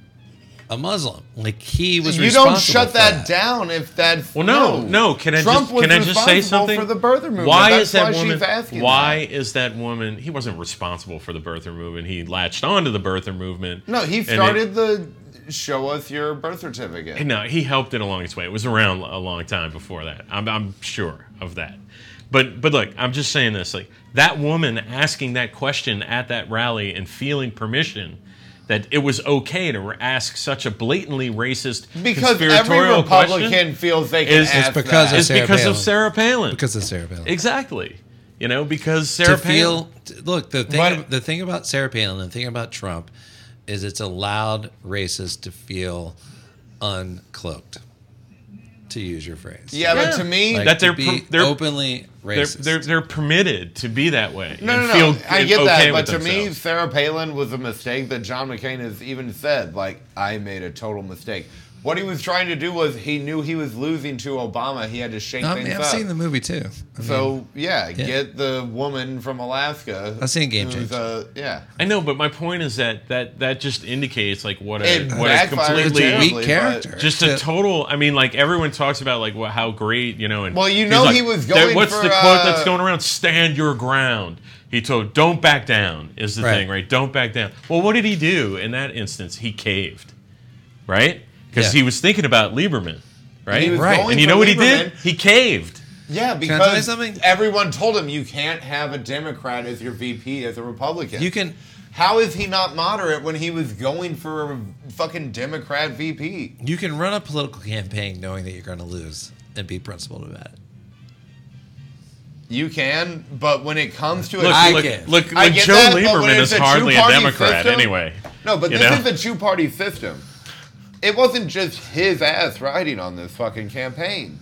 Speaker 4: a Muslim. Like he was.
Speaker 3: you don't
Speaker 4: responsible
Speaker 3: shut
Speaker 4: for
Speaker 3: that, down if that's
Speaker 1: Well, no, no. Can I
Speaker 3: Trump
Speaker 1: just
Speaker 3: was
Speaker 1: can I just say
Speaker 3: responsible
Speaker 1: something
Speaker 3: for the birther movement?
Speaker 1: Why
Speaker 3: That's
Speaker 1: is that
Speaker 3: why
Speaker 1: woman?
Speaker 3: She's asking
Speaker 1: why
Speaker 3: that.
Speaker 1: is that woman? He wasn't responsible for the birther movement. He latched onto the birther movement.
Speaker 3: No, he
Speaker 1: and it-
Speaker 3: started the show us your birth certificate.
Speaker 1: no, he helped it along its way. It was around a long time before that. I'm, I'm sure of that. But but look, I'm just saying this. Like that woman asking that question at that rally and feeling permission that it was okay to ask such a blatantly racist
Speaker 3: because every
Speaker 1: conspiratorial
Speaker 3: Republican
Speaker 1: question
Speaker 3: feels they can
Speaker 1: is- It's
Speaker 3: ask
Speaker 2: because
Speaker 3: that.
Speaker 1: is
Speaker 2: Sarah
Speaker 1: because
Speaker 2: Palin.
Speaker 1: of Sarah Palin.
Speaker 2: Because of Sarah Palin.
Speaker 1: Exactly. You know, because
Speaker 4: to
Speaker 1: Sarah
Speaker 4: feel
Speaker 1: Palin.
Speaker 4: t- look the thing
Speaker 3: But-
Speaker 4: the thing about Sarah Palin and the thing about Trump is it's allowed racists to feel uncloaked to use your phrase
Speaker 3: yeah,
Speaker 1: Yeah.
Speaker 3: but to me,
Speaker 4: like,
Speaker 1: That
Speaker 4: to
Speaker 1: they're
Speaker 4: be
Speaker 1: per- they're-
Speaker 4: openly
Speaker 1: They're,
Speaker 4: racist
Speaker 1: they're they're permitted to be that way.
Speaker 3: no,
Speaker 1: and
Speaker 3: no,
Speaker 1: feel
Speaker 3: no. I get
Speaker 1: okay
Speaker 3: that,
Speaker 1: with
Speaker 3: but to me,
Speaker 1: themselves.
Speaker 3: Sarah Palin was a mistake that John McCain has even said. Like, I made a total mistake. What he was trying to do was he knew he was losing to Obama. He had to shake
Speaker 2: I
Speaker 3: things
Speaker 2: mean, I've
Speaker 3: up.
Speaker 2: seen the movie too. I mean,
Speaker 3: So yeah, get the woman from Alaska.
Speaker 2: I've seen Game
Speaker 3: who's,
Speaker 2: Change.
Speaker 3: uh, yeah,
Speaker 1: I know, but my point is that that that just indicates like what a
Speaker 3: It
Speaker 1: what a
Speaker 3: backfired
Speaker 1: completely
Speaker 3: terribly,
Speaker 2: weak
Speaker 3: but-
Speaker 2: character.
Speaker 1: just a total. I mean, like everyone talks about like what, how great you know. And
Speaker 3: Well, you
Speaker 1: he's
Speaker 3: know
Speaker 1: like,
Speaker 3: he was
Speaker 1: "That-
Speaker 3: going
Speaker 1: What's
Speaker 3: for,
Speaker 1: the quote that's
Speaker 3: uh,
Speaker 1: going around? Stand your ground. He told, "Don't back down." Is the
Speaker 4: Right.
Speaker 1: thing right? Don't back down. Well, what did he do in that instance? He caved, right? Because
Speaker 4: Yeah.
Speaker 1: he was thinking about Lieberman, right?
Speaker 3: He was
Speaker 2: Right.
Speaker 3: going
Speaker 1: and you
Speaker 3: for
Speaker 1: know what he
Speaker 3: Lieberman.
Speaker 1: did? He caved.
Speaker 3: Yeah,
Speaker 2: tell you
Speaker 3: because
Speaker 2: something?
Speaker 3: everyone told him you can't have a Democrat as your VP as a Republican.
Speaker 4: you can
Speaker 3: How is he not moderate when he was going for a fucking Democrat VP?
Speaker 4: you can run a political campaign knowing that you're going to lose and be principled about it
Speaker 3: You can, but when it comes to a
Speaker 1: Look,
Speaker 4: I
Speaker 1: look,
Speaker 4: caved.
Speaker 1: look,
Speaker 3: I
Speaker 1: like,
Speaker 3: get
Speaker 1: Joe
Speaker 3: that, but when
Speaker 1: Lieberman
Speaker 3: it's
Speaker 1: is
Speaker 3: a
Speaker 1: hardly a
Speaker 3: two-party
Speaker 1: Democrat
Speaker 3: system-
Speaker 1: anyway.
Speaker 3: no, but
Speaker 1: you
Speaker 3: this
Speaker 1: know?
Speaker 3: is a two-party system. It wasn't just his ass riding on this fucking campaign.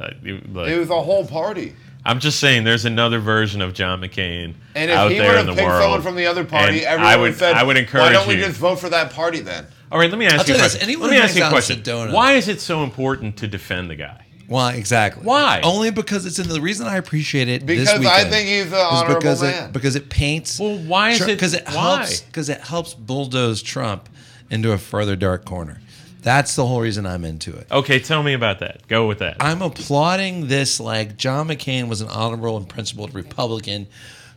Speaker 1: Uh, you- look,
Speaker 3: It was a whole party.
Speaker 1: I'm just saying, there's another version of John McCain
Speaker 3: And if
Speaker 1: out
Speaker 3: he
Speaker 1: there
Speaker 3: would
Speaker 1: in
Speaker 3: have
Speaker 1: the
Speaker 3: picked
Speaker 1: world.
Speaker 3: someone from the other party,
Speaker 1: And
Speaker 3: everyone
Speaker 1: I
Speaker 3: would
Speaker 1: would,
Speaker 3: have said,
Speaker 1: I would encourage
Speaker 3: "Why don't
Speaker 1: you.
Speaker 3: we just vote for that party then?"
Speaker 1: All right, let me ask
Speaker 4: I'll
Speaker 1: you.
Speaker 4: tell
Speaker 1: a
Speaker 4: you this,
Speaker 1: question.
Speaker 4: anyone
Speaker 1: let me
Speaker 4: who
Speaker 1: ask you a
Speaker 4: hangs out
Speaker 1: question.
Speaker 4: with Sedona-
Speaker 1: Why is it so important to defend the guy?
Speaker 2: Why exactly?
Speaker 1: Why?
Speaker 2: Only because it's in the reason I appreciate it. this
Speaker 3: Because I
Speaker 2: weekend
Speaker 3: think he's an
Speaker 2: is
Speaker 3: honorable
Speaker 2: because
Speaker 3: man.
Speaker 2: It, because it paints.
Speaker 1: Well, why is it-
Speaker 2: Because it
Speaker 1: why?
Speaker 2: helps. Because it helps bulldoze Trump into a further dark corner. That's the whole reason I'm into it.
Speaker 1: Okay, tell me about that. Go with that.
Speaker 2: I'm applauding this like John McCain was an honorable and principled Republican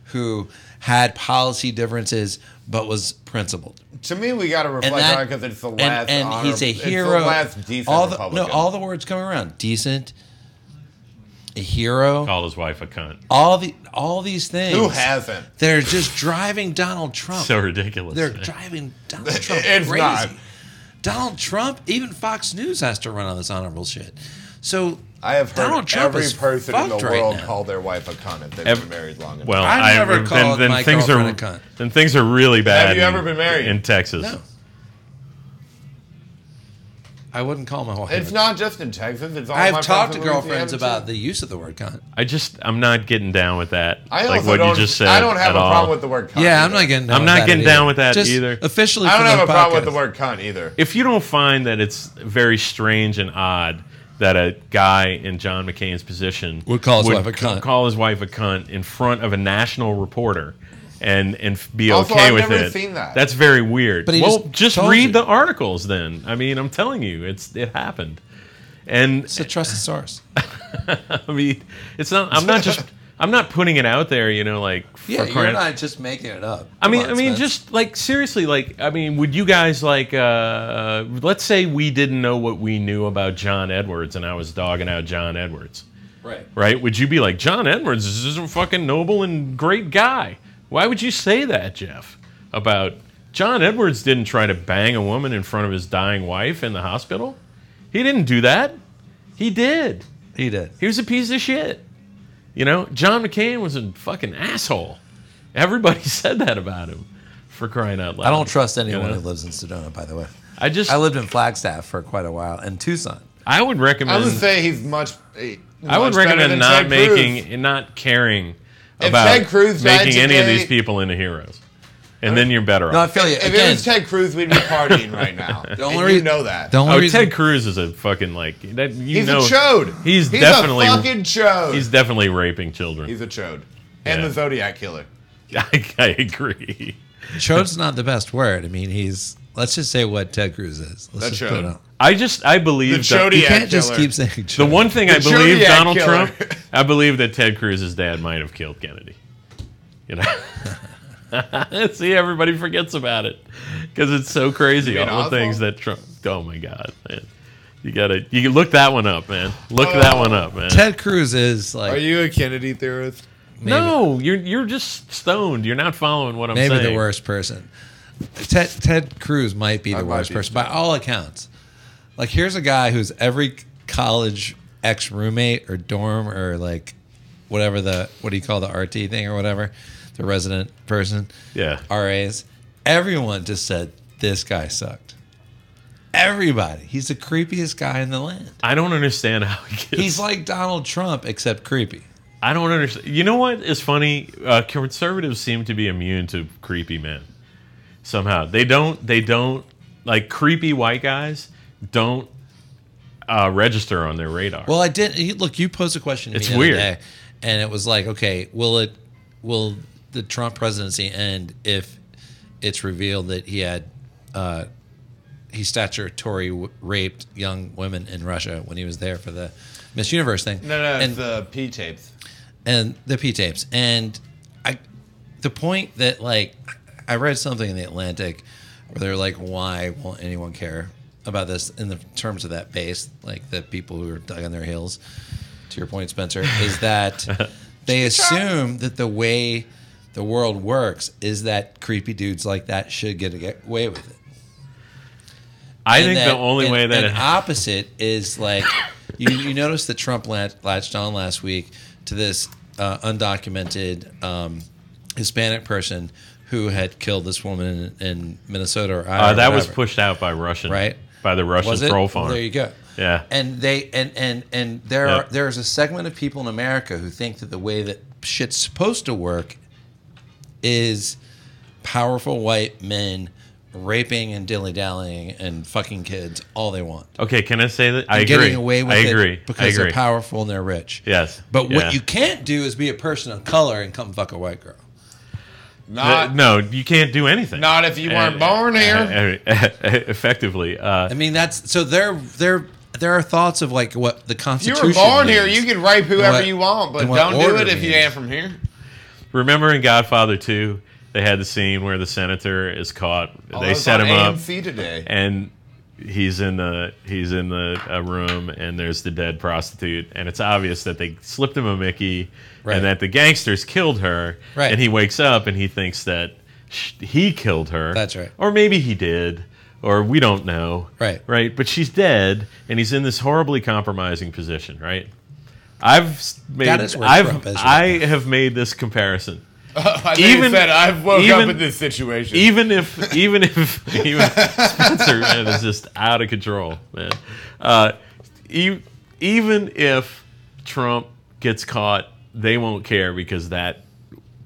Speaker 2: who had policy differences but was principled.
Speaker 3: To me, we got to reflect
Speaker 2: that-
Speaker 3: on it because it's the
Speaker 2: and-
Speaker 3: last.
Speaker 2: And,
Speaker 3: honor-
Speaker 2: he's a
Speaker 3: it's the
Speaker 2: hero.
Speaker 3: last decent
Speaker 2: all the, no,
Speaker 3: Republican.
Speaker 2: all the words come around. Decent, a hero.
Speaker 1: Call his wife a cunt.
Speaker 2: All the all these things.
Speaker 3: Who hasn't?
Speaker 4: they're just driving Donald Trump
Speaker 1: So ridiculous.
Speaker 4: Oh. they're driving
Speaker 3: [laughs]
Speaker 4: Donald Trump
Speaker 3: It's
Speaker 4: crazy
Speaker 3: not.
Speaker 4: Donald Trump even Fox News has to run on this honorable shit so
Speaker 3: I have heard
Speaker 4: Donald Trump
Speaker 3: every
Speaker 4: is
Speaker 3: person in the
Speaker 4: fucked right
Speaker 3: world
Speaker 4: now.
Speaker 3: call their wife a cunt if they've
Speaker 1: Every-
Speaker 3: been married long enough.
Speaker 1: well,
Speaker 4: I've
Speaker 1: I-
Speaker 4: never
Speaker 1: then,
Speaker 4: called
Speaker 1: then
Speaker 4: my
Speaker 1: things are
Speaker 4: girlfriend a cunt.
Speaker 1: then things are really bad.
Speaker 3: you
Speaker 1: in-
Speaker 3: ever been married?
Speaker 1: in Texas?
Speaker 4: no I wouldn't call my whole
Speaker 3: it's not just in Texas. It's all my
Speaker 4: I've
Speaker 3: friends
Speaker 4: talked to
Speaker 3: in Louisiana,
Speaker 4: girlfriends
Speaker 3: too.
Speaker 4: about the use of the word cunt.
Speaker 1: I just I'm not getting down with that.
Speaker 3: I also
Speaker 1: like what
Speaker 3: don't,
Speaker 1: you just said.
Speaker 3: I don't have
Speaker 1: at
Speaker 3: a
Speaker 1: all.
Speaker 3: problem with the word cunt.
Speaker 4: Yeah, I'm
Speaker 3: either.
Speaker 4: not getting. Down
Speaker 1: I'm
Speaker 4: with
Speaker 1: not
Speaker 4: that
Speaker 1: getting
Speaker 4: either.
Speaker 1: down with that
Speaker 4: Just
Speaker 1: either.
Speaker 4: Officially,
Speaker 3: I don't
Speaker 4: for
Speaker 3: have
Speaker 4: the
Speaker 3: a problem
Speaker 4: podcast.
Speaker 3: with the word cunt either.
Speaker 1: if you don't find that it's very strange and odd that a guy in John McCain's position
Speaker 4: Would call his wife a cunt.
Speaker 1: call his wife a cunt in front of a national reporter and and f- be
Speaker 3: Also,
Speaker 1: okay
Speaker 3: I've
Speaker 1: with
Speaker 3: never
Speaker 1: it.
Speaker 3: seen that.
Speaker 1: That's very weird.
Speaker 2: But he
Speaker 1: well,
Speaker 2: just
Speaker 1: just,
Speaker 2: told
Speaker 1: read
Speaker 2: you.
Speaker 1: the articles then. I mean, I'm telling you, it's it happened. And [laughs]
Speaker 2: It's a trusted source.
Speaker 1: I mean, it's not. I'm not
Speaker 2: [laughs]
Speaker 1: just. I'm not putting it out there. You know, like for
Speaker 2: Yeah, you're
Speaker 1: crying-
Speaker 2: not just making it up.
Speaker 1: I mean,
Speaker 2: Come
Speaker 1: I
Speaker 2: on,
Speaker 1: mean,
Speaker 2: Spence.
Speaker 1: just like seriously, like I mean, would you guys like? Uh, let's say we didn't know what we knew about John Edwards, and I was dogging out John Edwards,
Speaker 2: right.
Speaker 1: right? Would you be like, John Edwards is just a fucking noble and great guy? Why would you say that, Jeff? About John Edwards didn't try to bang a woman in front of his dying wife in the hospital. He didn't do that. He did.
Speaker 2: He did.
Speaker 1: He was a piece of shit. You know, John McCain was a fucking asshole. Everybody [laughs] said that about him for crying out loud.
Speaker 2: I don't trust anyone
Speaker 1: know?
Speaker 2: who lives in Sedona, by the way.
Speaker 1: I just,
Speaker 2: I
Speaker 1: I,
Speaker 2: lived in Flagstaff for quite a while and Tucson.
Speaker 1: would
Speaker 3: I
Speaker 1: recommend,
Speaker 3: would say he's much. eh,
Speaker 1: I would
Speaker 3: much better
Speaker 1: recommend
Speaker 3: than
Speaker 1: not
Speaker 3: Ted Cruz.
Speaker 1: making, not caring
Speaker 3: If
Speaker 1: about
Speaker 3: Ted Cruz died
Speaker 1: making any of
Speaker 3: today-
Speaker 1: these people into heroes. And then you're better
Speaker 2: No, I
Speaker 1: off.
Speaker 2: feel you.
Speaker 3: If it
Speaker 2: Again,
Speaker 3: was Ted Cruz, we'd be partying
Speaker 1: [laughs]
Speaker 3: right now.
Speaker 2: only
Speaker 3: and you
Speaker 2: reason-
Speaker 3: know that.
Speaker 4: The only
Speaker 1: Oh,
Speaker 4: reason,
Speaker 1: Ted Cruz is a fucking like that. You
Speaker 3: he's
Speaker 1: know,
Speaker 3: a chode.
Speaker 1: He's, definitely
Speaker 3: a fucking chode.
Speaker 1: he's
Speaker 3: He's,
Speaker 1: definitely raping children.
Speaker 3: a chode, and
Speaker 1: Yeah.
Speaker 3: the Zodiac killer.
Speaker 1: [laughs] I, I agree.
Speaker 2: chode's not the best word. I mean, he's. Let's just say what Ted Cruz is. Let's
Speaker 3: That
Speaker 2: just put it
Speaker 3: chode.
Speaker 2: out.
Speaker 1: I just I
Speaker 3: The
Speaker 1: believe that-
Speaker 3: Chodiac
Speaker 2: You can't just
Speaker 3: killer.
Speaker 2: keep saying
Speaker 1: The
Speaker 2: chode.
Speaker 1: one thing I
Speaker 3: The
Speaker 1: believe
Speaker 3: Zodiac
Speaker 1: Donald
Speaker 3: killer.
Speaker 1: Trump, I believe that Ted Cruz's dad might have killed Kennedy. You know, [laughs] see, everybody forgets about it because it's so crazy.
Speaker 3: You mean
Speaker 1: All the
Speaker 3: Oswald?
Speaker 1: things that Trump. Oh my God, man! You gotta you can look that one up, man. Look
Speaker 3: Oh.
Speaker 1: that one up, man.
Speaker 2: Ted Cruz is
Speaker 3: Are
Speaker 2: like
Speaker 3: you a Kennedy theorist?
Speaker 1: no, you're you're just stoned. You're not following what I'm
Speaker 2: maybe
Speaker 1: saying.
Speaker 2: the worst person. Ted Ted Cruz might be the
Speaker 3: might
Speaker 2: worst
Speaker 3: be.
Speaker 2: person by all accounts. Like here's a guy who's every college ex roommate or dorm or like whatever the what do you call the RT thing or whatever the resident person
Speaker 1: Yeah.
Speaker 2: RAs. Everyone just said this guy sucked. Everybody. He's the creepiest guy in the land.
Speaker 1: I don't understand how he gets.
Speaker 2: He's like Donald Trump except creepy.
Speaker 1: I don't understand. You know what is funny? Uh, conservatives seem to be immune to creepy men. Somehow they don't. They don't like creepy white guys. Don't uh, register on their radar.
Speaker 2: Well, I did. you- Look, you posed a question to
Speaker 1: It's
Speaker 2: me the
Speaker 1: weird.
Speaker 2: other day, and it was like, okay, will it, will the Trump presidency end if it's revealed that he had, uh, he statutory w- raped young women in Russia when he was there for the Miss Universe thing?
Speaker 3: No, no,
Speaker 2: and
Speaker 3: it's the P tapes.
Speaker 2: and the P tapes. And I, the point that like, I read something in the Atlantic where they're like, why won't anyone care about this in the terms of that base, like the people who are dug on their heels. To your point, Spencer, is that they assume that the way the world works is that creepy dudes like that should get get away with it.
Speaker 1: I
Speaker 2: And
Speaker 1: think
Speaker 2: that-
Speaker 1: the only
Speaker 2: and-
Speaker 1: way that
Speaker 2: and
Speaker 1: it ha-
Speaker 2: opposite is like you, you noticed that Trump lat- latched on last week to this uh, undocumented um, Hispanic person who had killed this woman in, in Minnesota or Iowa.
Speaker 1: uh,
Speaker 2: or
Speaker 1: that was
Speaker 2: whatever,
Speaker 1: pushed out by Russian,
Speaker 2: right.
Speaker 1: By the Russian
Speaker 2: Was it?
Speaker 1: troll
Speaker 2: Well,
Speaker 1: farm.
Speaker 2: there you go.
Speaker 1: Yeah.
Speaker 2: And they and and and there
Speaker 1: Yep.
Speaker 2: are there is a segment of people in America who think that the way that shit's supposed to work is powerful white men raping and dilly dallying and fucking kids all they want.
Speaker 1: okay, can I say that? I
Speaker 2: And
Speaker 1: agree.
Speaker 2: Getting away with
Speaker 1: I
Speaker 2: it
Speaker 1: agree. I
Speaker 2: because
Speaker 1: agree.
Speaker 2: they're powerful and they're rich.
Speaker 1: Yes.
Speaker 2: But
Speaker 1: Yeah.
Speaker 2: what you can't do is be a person of color and come fuck a white girl.
Speaker 1: Uh,
Speaker 3: Not
Speaker 1: no, you can't do anything. e-,
Speaker 3: Not if you weren't
Speaker 1: [laughs]
Speaker 3: born here.
Speaker 1: effectively, uh,
Speaker 2: I mean that's so there there there are thoughts of like what the
Speaker 3: you
Speaker 2: constitution
Speaker 3: were born here.
Speaker 2: means.
Speaker 3: You can rape whoever
Speaker 2: what-
Speaker 3: you want, but
Speaker 2: and what
Speaker 3: don't do
Speaker 2: order
Speaker 3: it if you
Speaker 2: means.
Speaker 3: ain't from here.
Speaker 1: Remember in Godfather 2, they had the scene where the senator is caught.
Speaker 3: Oh, I
Speaker 1: they
Speaker 3: was
Speaker 1: set
Speaker 3: on
Speaker 1: him up E-
Speaker 3: AMC today.
Speaker 1: and he's in the he's in the a room and there's the dead prostitute and it's obvious that they slipped him a mickey
Speaker 2: Right.
Speaker 1: and that the gangsters killed her
Speaker 2: Right.
Speaker 1: and he wakes up and he thinks that sh- he killed her
Speaker 2: That's right.
Speaker 1: or maybe he did or we don't know
Speaker 2: Right.
Speaker 1: right but she's dead and he's in this horribly compromising position right i've s- made
Speaker 2: That is where
Speaker 1: i've
Speaker 2: Trump is right
Speaker 1: i have made this comparison
Speaker 3: [laughs] I think
Speaker 1: even-
Speaker 3: even, said I've woke
Speaker 1: even-
Speaker 3: up in this situation.
Speaker 1: even if even if even Spencer man is just out of control, man. Uh, e- even if Trump gets caught, they won't care because that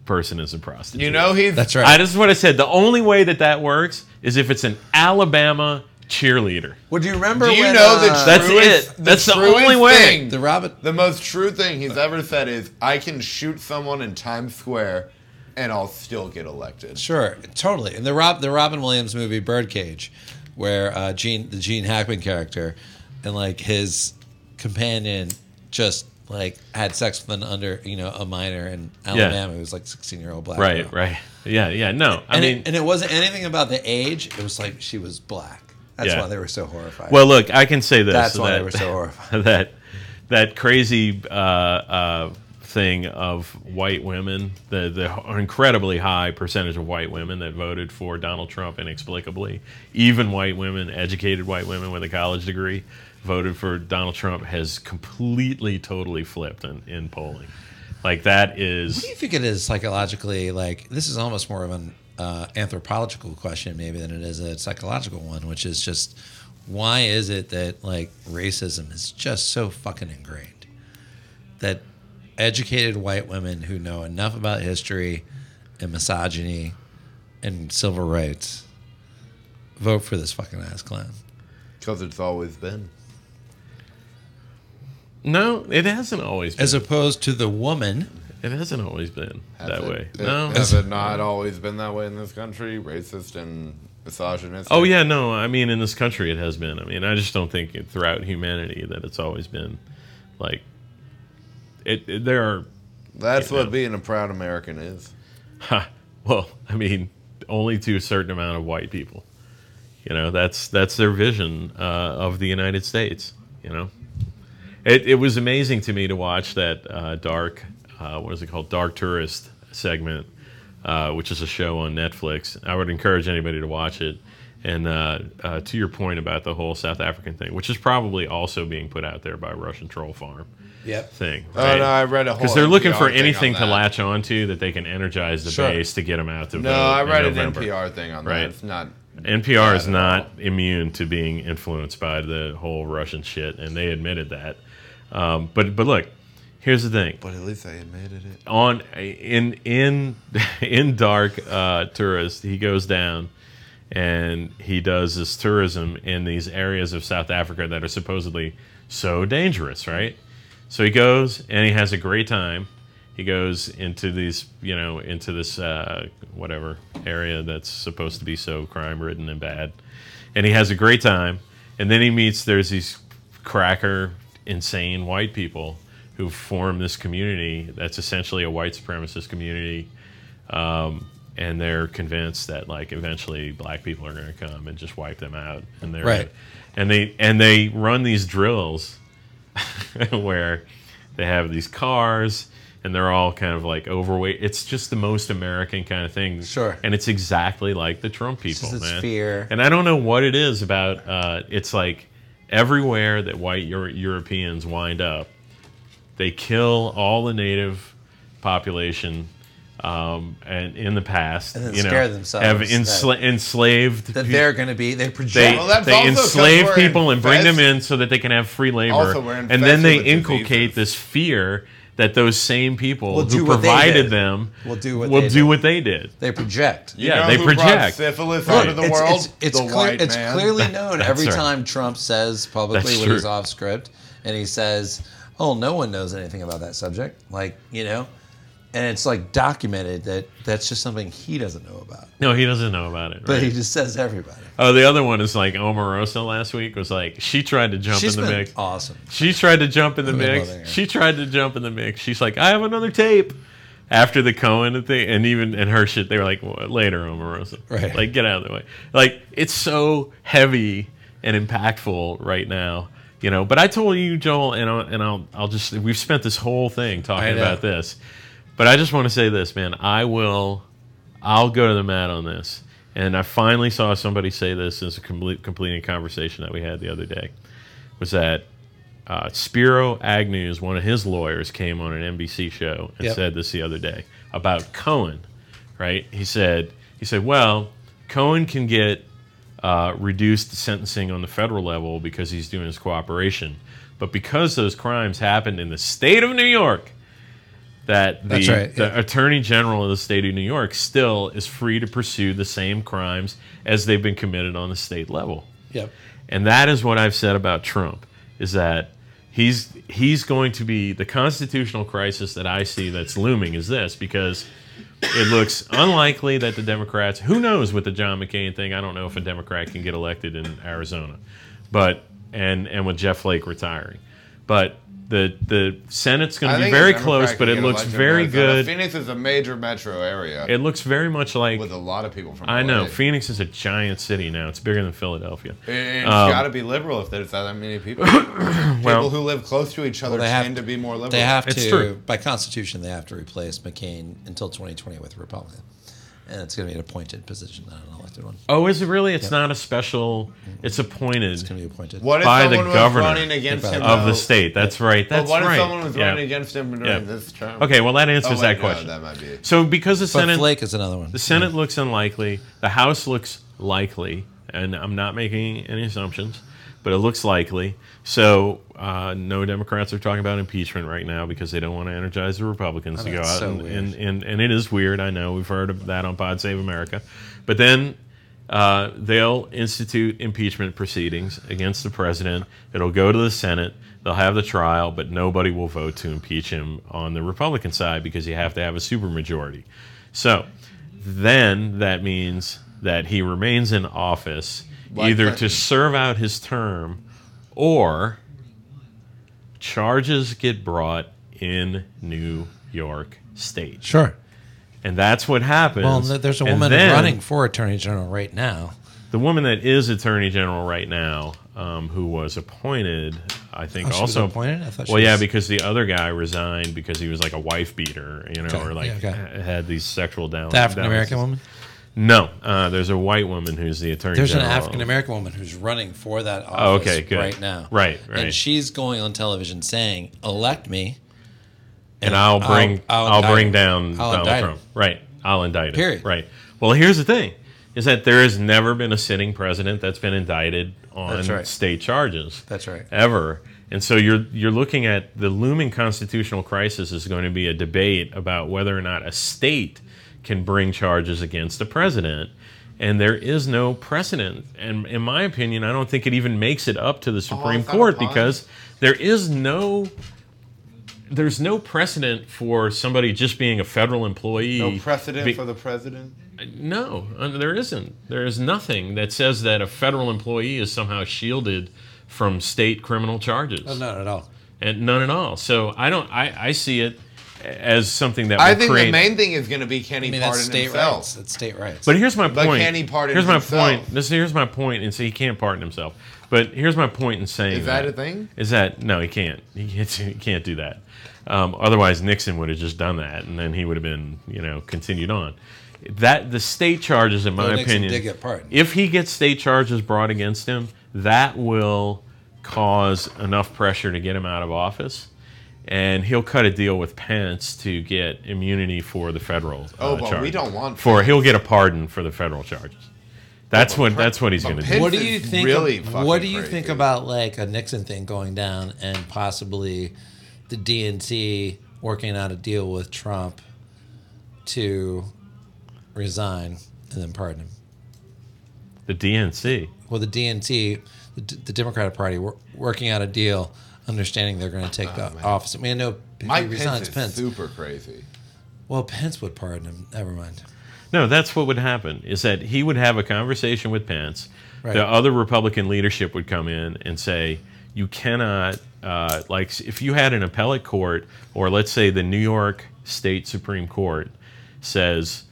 Speaker 1: person is a prostitute.
Speaker 3: you know he's
Speaker 2: That's
Speaker 1: I,
Speaker 2: right.
Speaker 1: this is what I said. The only way that that works is if it's an Alabama cheerleader.
Speaker 2: Would you remember
Speaker 3: Do you
Speaker 2: when,
Speaker 3: know the
Speaker 2: uh,
Speaker 1: That's
Speaker 3: truest-
Speaker 1: it.
Speaker 3: the
Speaker 1: That's the
Speaker 3: truest
Speaker 1: only way.
Speaker 3: thing-
Speaker 2: the Robert
Speaker 3: The most true thing he's ever said is, "I can shoot someone in Times Square, and I'll still get elected.
Speaker 2: Sure, totally. And the Rob, the Robin Williams movie Birdcage, where uh, Gene, the Gene Hackman character, and like his companion, just like had sex with an under, you know, a minor in Alabama who was like sixteen year old black.
Speaker 1: Right,
Speaker 2: girl.
Speaker 1: right. Yeah, yeah. No, I
Speaker 2: And,
Speaker 1: mean,
Speaker 2: it, and it wasn't anything about the age. It was like she was black. That's
Speaker 1: Yeah.
Speaker 2: why they were so horrified.
Speaker 1: well, look, I can say this.
Speaker 2: that's why
Speaker 1: that,
Speaker 2: they were
Speaker 1: [laughs]
Speaker 2: so horrified.
Speaker 1: that that crazy uh, uh, thing of white women, the the incredibly high percentage of white women that voted for Donald Trump inexplicably, even white women, educated white women with a college degree, voted for Donald Trump has completely, totally flipped in, in polling. Like that is
Speaker 2: What do you think it is psychologically? Like this is almost more of an uh, anthropological question, maybe, than it is a psychological one, which is just why is it that like racism is just so fucking ingrained that educated white women who know enough about history and misogyny and civil rights vote for this fucking ass clown.
Speaker 3: Because it's always been.
Speaker 1: no, it hasn't always been.
Speaker 2: As opposed to the woman,
Speaker 1: It hasn't always been
Speaker 3: Has
Speaker 1: that
Speaker 3: it-
Speaker 1: way.
Speaker 3: it-
Speaker 1: No.
Speaker 3: Has it not always been that way in this country? Racist and misogynistic?
Speaker 1: Oh yeah, no. I mean, in this country, it has been. I mean, I just don't think it, throughout humanity that it's always been like it. it- there are
Speaker 3: That's
Speaker 1: Yeah.
Speaker 3: what being a proud American is.
Speaker 1: ha, well, I mean, only to a certain amount of white people. You know, that's that's their vision uh, of the United States. You know, it it was amazing to me to watch that uh, dark, uh, what is it called, Dark Tourist segment, uh, which is a show on Netflix. I would encourage anybody to watch it. And uh, uh, to your point about the whole South African thing, which is probably also being put out there by Russian Troll Farm
Speaker 2: yep,
Speaker 1: thing.
Speaker 3: Oh
Speaker 1: right?
Speaker 3: no, I read a whole
Speaker 1: Because they're looking for
Speaker 3: NPR thing on
Speaker 1: anything to
Speaker 3: that.
Speaker 1: latch onto that they can energize the
Speaker 2: Sure.
Speaker 1: base to get them out to vote.
Speaker 3: No, I
Speaker 1: in
Speaker 3: read an
Speaker 1: November.
Speaker 3: NPR thing on
Speaker 1: Right.
Speaker 3: that. It's not.
Speaker 1: NPR is
Speaker 3: at
Speaker 1: not immune to being influenced by the whole Russian shit, and they admitted that. Um, but but look, here's the thing
Speaker 3: But at least I admitted it.
Speaker 1: on in in [laughs] in dark uh, tourist he goes down and he does this tourism in these areas of south africa that are supposedly so dangerous right so he goes and he has a great time he goes into these you know into this uh, whatever area that's supposed to be so crime ridden and bad and he has a great time and then he meets there's these cracker insane white people who form this community that's essentially a white supremacist community um, and they're convinced that like eventually black people are going to come and just wipe them out and they're
Speaker 2: Right.
Speaker 1: and they and they run these drills [laughs] where they have these cars and they're all kind of like overweight it's just the most american kind of thing
Speaker 2: Sure.
Speaker 1: and it's exactly like the trump people
Speaker 2: just this
Speaker 1: Oh, man
Speaker 2: fear.
Speaker 1: and I don't know what it is about. Uh, it's like everywhere that white Euro- Europeans wind up, they kill all the native population. Um, and in the past,
Speaker 2: And then
Speaker 1: you know,
Speaker 2: scare themselves
Speaker 1: have
Speaker 2: that-
Speaker 1: ensla- enslaved
Speaker 2: that
Speaker 1: peo-
Speaker 2: they're going to be they
Speaker 1: they,
Speaker 2: project.
Speaker 3: Well, that's
Speaker 1: they
Speaker 3: also 'cause
Speaker 1: enslave
Speaker 3: we're
Speaker 1: people and bring them
Speaker 3: infest-
Speaker 1: in so that they can have free labor.
Speaker 3: Also, we're
Speaker 1: and then
Speaker 3: infested
Speaker 1: they
Speaker 3: with
Speaker 1: inculcate
Speaker 3: diseases.
Speaker 1: this fear that those same people
Speaker 2: Will do
Speaker 1: who
Speaker 2: what they
Speaker 1: provided
Speaker 2: did.
Speaker 1: them
Speaker 2: Will do what
Speaker 1: will
Speaker 2: they
Speaker 1: do
Speaker 2: did.
Speaker 1: what they did.
Speaker 2: they project.
Speaker 3: You
Speaker 1: yeah,
Speaker 3: know
Speaker 1: they
Speaker 3: who brought
Speaker 1: project.
Speaker 3: syphilis
Speaker 1: Right.
Speaker 3: onto the world.
Speaker 2: It's,
Speaker 3: the
Speaker 2: clear-
Speaker 3: white
Speaker 2: it's
Speaker 1: [laughs]
Speaker 3: man.
Speaker 2: clearly known every
Speaker 1: right.
Speaker 2: time Trump says publicly
Speaker 1: That's
Speaker 2: when he's
Speaker 1: true.
Speaker 2: off script and he says, "Oh, no one knows anything about that subject," like you know, and it's like documented that that's just something he doesn't know about,
Speaker 1: No, he doesn't know about it.
Speaker 2: but
Speaker 1: right?
Speaker 2: he just says everybody.
Speaker 1: Oh, the other one is like Omarosa last week was like she tried to jump
Speaker 2: She's
Speaker 1: in the
Speaker 2: been
Speaker 1: mix.
Speaker 2: awesome.
Speaker 1: She tried to jump in the
Speaker 2: been
Speaker 1: mix.
Speaker 2: loving her.
Speaker 1: She tried to jump in the mix. She's like, I have another tape. After the Cohen thing, and even and her shit, they were like, well, later, Omarosa.
Speaker 2: Right.
Speaker 1: Like, get out of the way. Like, it's so heavy and impactful right now, you know. But I told you, Joel, and I'll, and I'll, I'll just, we've spent this whole thing
Speaker 2: I
Speaker 1: talking
Speaker 2: know.
Speaker 1: about this. But I just want to say this, man. I will, I'll go to the mat on this. And I finally saw somebody say this as a complete, completing conversation that we had the other day was that uh, Spiro Agnew's one of his lawyers came on an NBC show and
Speaker 2: Yep.
Speaker 1: said this the other day about Cohen, right? He said he said, well, Cohen can get uh, reduced sentencing on the federal level because he's doing his cooperation, but because those crimes happened in the state of New York, that the,
Speaker 2: That's right,
Speaker 1: the
Speaker 2: yeah.
Speaker 1: attorney general of the state of New York still is free to pursue the same crimes as they've been committed on the state level.
Speaker 2: Yep.
Speaker 1: And that is what I've said about Trump is that he's he's going to be the constitutional crisis that I see that's looming is this because It looks unlikely that the Democrats, who knows with the John McCain thing, I don't know if a Democrat can get elected in Arizona, but and and with Jeff Flake retiring, but the the Senate's going to
Speaker 3: I
Speaker 1: be
Speaker 3: think a
Speaker 1: very
Speaker 3: Democrat
Speaker 1: close,
Speaker 3: can
Speaker 1: but it
Speaker 3: get
Speaker 1: looks
Speaker 3: elected in
Speaker 1: very
Speaker 3: Arizona.
Speaker 1: good.
Speaker 3: Phoenix is a major metro area
Speaker 1: It looks very much like
Speaker 3: with a lot of people from.
Speaker 1: I know
Speaker 3: LA.
Speaker 1: Phoenix is a giant city now. It's bigger than Philadelphia.
Speaker 3: It's
Speaker 1: Um,
Speaker 3: got to be liberal if there's that
Speaker 1: [coughs]
Speaker 3: many people. people who live close to each other
Speaker 2: they have
Speaker 3: tend to be more liberal.
Speaker 2: They have
Speaker 1: It's
Speaker 2: to,
Speaker 1: true.
Speaker 2: by constitution, they have to replace McCain until 2020 with a Republican. And it's going to be an appointed position, not an elected one.
Speaker 1: Oh, is it really? It's not a special. It's appointed
Speaker 2: It's going to be appointed.
Speaker 3: What if
Speaker 1: by the
Speaker 3: someone was
Speaker 1: governor
Speaker 3: running against him
Speaker 1: of
Speaker 3: though?
Speaker 1: the state. That's right.
Speaker 3: But
Speaker 1: That's
Speaker 3: what
Speaker 1: right.
Speaker 3: if someone was
Speaker 1: Yeah.
Speaker 3: running against him during
Speaker 1: Yeah.
Speaker 3: this term?
Speaker 1: Okay, well that
Speaker 3: Oh,
Speaker 1: answers
Speaker 3: wait,
Speaker 1: that
Speaker 3: no,
Speaker 1: question.
Speaker 3: that might be.
Speaker 1: so because the
Speaker 2: But
Speaker 1: Senate
Speaker 2: Flake is another one.
Speaker 1: the Senate looks unlikely, the House looks likely, and I'm not making any assumptions, but it looks likely. So uh, no Democrats are talking about impeachment right now because they don't want to energize the Republicans to go
Speaker 4: that's
Speaker 1: out
Speaker 4: so
Speaker 1: and,
Speaker 4: weird.
Speaker 1: and, and and it is weird. I know we've heard of that on Pod Save America, but then. Uh, they'll institute impeachment proceedings against the president. It'll go to the Senate. They'll have the trial, but nobody will vote to impeach him on the Republican side because you have to have a supermajority. So then that means that he remains in office
Speaker 3: Like
Speaker 1: either
Speaker 3: Clinton.
Speaker 1: to serve out his term or charges get brought in New York State.
Speaker 4: Sure.
Speaker 1: And that's what happens.
Speaker 4: Well, th- there's a
Speaker 1: And
Speaker 4: woman
Speaker 1: then-
Speaker 4: running for attorney general right now.
Speaker 1: the woman that is attorney general right now, um, who was appointed, I think
Speaker 4: Oh, she was
Speaker 1: also
Speaker 4: appointed? I thought she
Speaker 1: well, yeah,
Speaker 4: was-
Speaker 1: because the other guy resigned because he was like a wife beater, you know, or like
Speaker 4: yeah, okay.
Speaker 1: h- had these sexual down.
Speaker 4: The African American
Speaker 1: down-
Speaker 4: woman.
Speaker 1: No, uh, there's a white woman who's the attorney.
Speaker 4: There's an
Speaker 1: general.
Speaker 4: African American woman who's running for that office
Speaker 1: Oh, okay, good.
Speaker 2: right now.
Speaker 1: Right, right.
Speaker 2: And she's going on television saying, elect me.
Speaker 1: and I'll bring
Speaker 2: I'll
Speaker 1: I'll,
Speaker 2: indict
Speaker 1: bring
Speaker 2: him.
Speaker 1: down
Speaker 2: I'll
Speaker 1: Donald
Speaker 2: indict
Speaker 1: Trump.
Speaker 2: him.
Speaker 1: Right. I'll indict him.
Speaker 2: Period.
Speaker 1: Right. Well, here's the thing: is that there has never been a sitting president that's been indicted on
Speaker 2: That's right.
Speaker 1: state charges.
Speaker 2: That's right.
Speaker 1: Ever. And so you're you're looking at the looming constitutional crisis is going to be a debate about whether or not a state can bring charges against the president. And there is no precedent. And in my opinion, I don't think it even makes it up to the Supreme
Speaker 3: I thought
Speaker 1: Court
Speaker 3: upon-
Speaker 1: because there is no there's no precedent for somebody just being a federal employee.
Speaker 3: No precedent
Speaker 1: Be-
Speaker 3: for the president.
Speaker 1: No, uh, there isn't. There is nothing that says that a federal employee is somehow shielded from state criminal charges,
Speaker 4: Oh, not at all.
Speaker 1: and none at all. So I don't. I, I see it as something that
Speaker 3: I
Speaker 1: will
Speaker 3: think
Speaker 1: create.
Speaker 3: the main thing is going to be can he
Speaker 2: I mean, that's
Speaker 3: pardon
Speaker 2: state
Speaker 3: himself?
Speaker 2: rights. That's state rights.
Speaker 1: But here's my point.
Speaker 3: But can he pardon
Speaker 1: Here's my
Speaker 3: himself?
Speaker 1: point. This here's my point, and so he can't pardon himself. But here's my point in saying
Speaker 3: Is that a thing?
Speaker 1: Is that no? He can't. He can't. [laughs] He can't do that. Um, otherwise, Nixon would have just done that, and then he would have been, you know, continued on. That the state charges, in my
Speaker 2: Nixon
Speaker 1: opinion,
Speaker 2: did get pardoned.
Speaker 1: if he gets state charges brought against him, that will cause enough pressure to get him out of office. And he'll cut a deal with Pence to get immunity for the federal. uh,
Speaker 3: Oh, but we
Speaker 1: charges.
Speaker 3: don't want
Speaker 1: for he'll get a pardon for the federal charges. That's what that's what he's
Speaker 3: but
Speaker 1: going to
Speaker 3: Pence-
Speaker 1: do.
Speaker 4: What do
Speaker 3: This
Speaker 4: you
Speaker 3: is
Speaker 4: think?
Speaker 3: really
Speaker 4: what
Speaker 3: fucking
Speaker 4: do you think
Speaker 3: crazy.
Speaker 4: about like a Nixon thing going down and possibly the DNC working out a deal with Trump to resign and then pardon him?
Speaker 1: The DNC.
Speaker 4: Well, the DNC, the, D- the Democratic Party, wor- working out a deal, understanding they're going to take the office. I mean, I know if he
Speaker 3: Oh, Mike Pence
Speaker 4: resigns,
Speaker 3: is
Speaker 4: Pence.
Speaker 3: super crazy.
Speaker 4: Well, Pence would pardon him. Never mind.
Speaker 1: No, that's what would happen is that he would have a conversation with Pence.
Speaker 4: Right.
Speaker 1: The other Republican leadership would come in and say, "You cannot uh, like if you had an appellate court or let's say the New York State Supreme Court says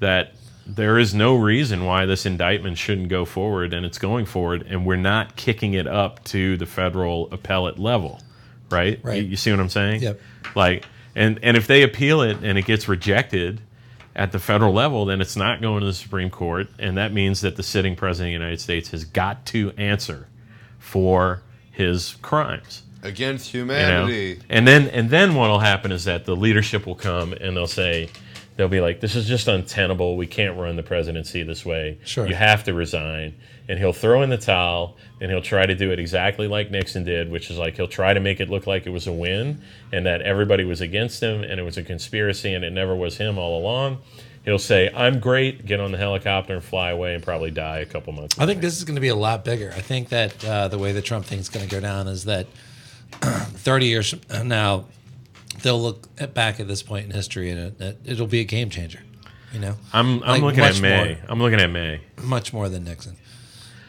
Speaker 1: that there is no reason why this indictment shouldn't go forward and it's going forward and we're not kicking it up to the federal appellate level." Right?
Speaker 4: Right.
Speaker 1: You, you see what I'm saying?
Speaker 4: Yep.
Speaker 1: Like and and if they appeal it and it gets rejected, at the federal level, then it's not going to the Supreme Court, and that means that the sitting president of the United States has got to answer for his crimes.
Speaker 3: Against
Speaker 1: You know?
Speaker 3: humanity.
Speaker 1: And then and then what'll happen is that the leadership will come and they'll say they'll be like, This is just untenable. We can't run the presidency this way.
Speaker 4: Sure.
Speaker 1: You have to resign. And he'll throw in the towel and he'll try to do it exactly like Nixon did, which is like he'll try to make it look like it was a win and that everybody was against him and it was a conspiracy and it never was him all along. He'll say, I'm great, get on the helicopter and fly away and probably die a couple months.
Speaker 4: I think this is going to be a lot bigger. I think that
Speaker 2: [clears throat]
Speaker 4: uh, the way the Trump thing's going to go down is that 30 years from now,
Speaker 2: they'll look at, back at this point in history and it, it, it'll be a game changer. You know,
Speaker 1: I'm I'm
Speaker 2: Like,
Speaker 1: looking at
Speaker 2: much
Speaker 1: May.
Speaker 2: more.
Speaker 1: I'm looking at May.
Speaker 2: much more than Nixon.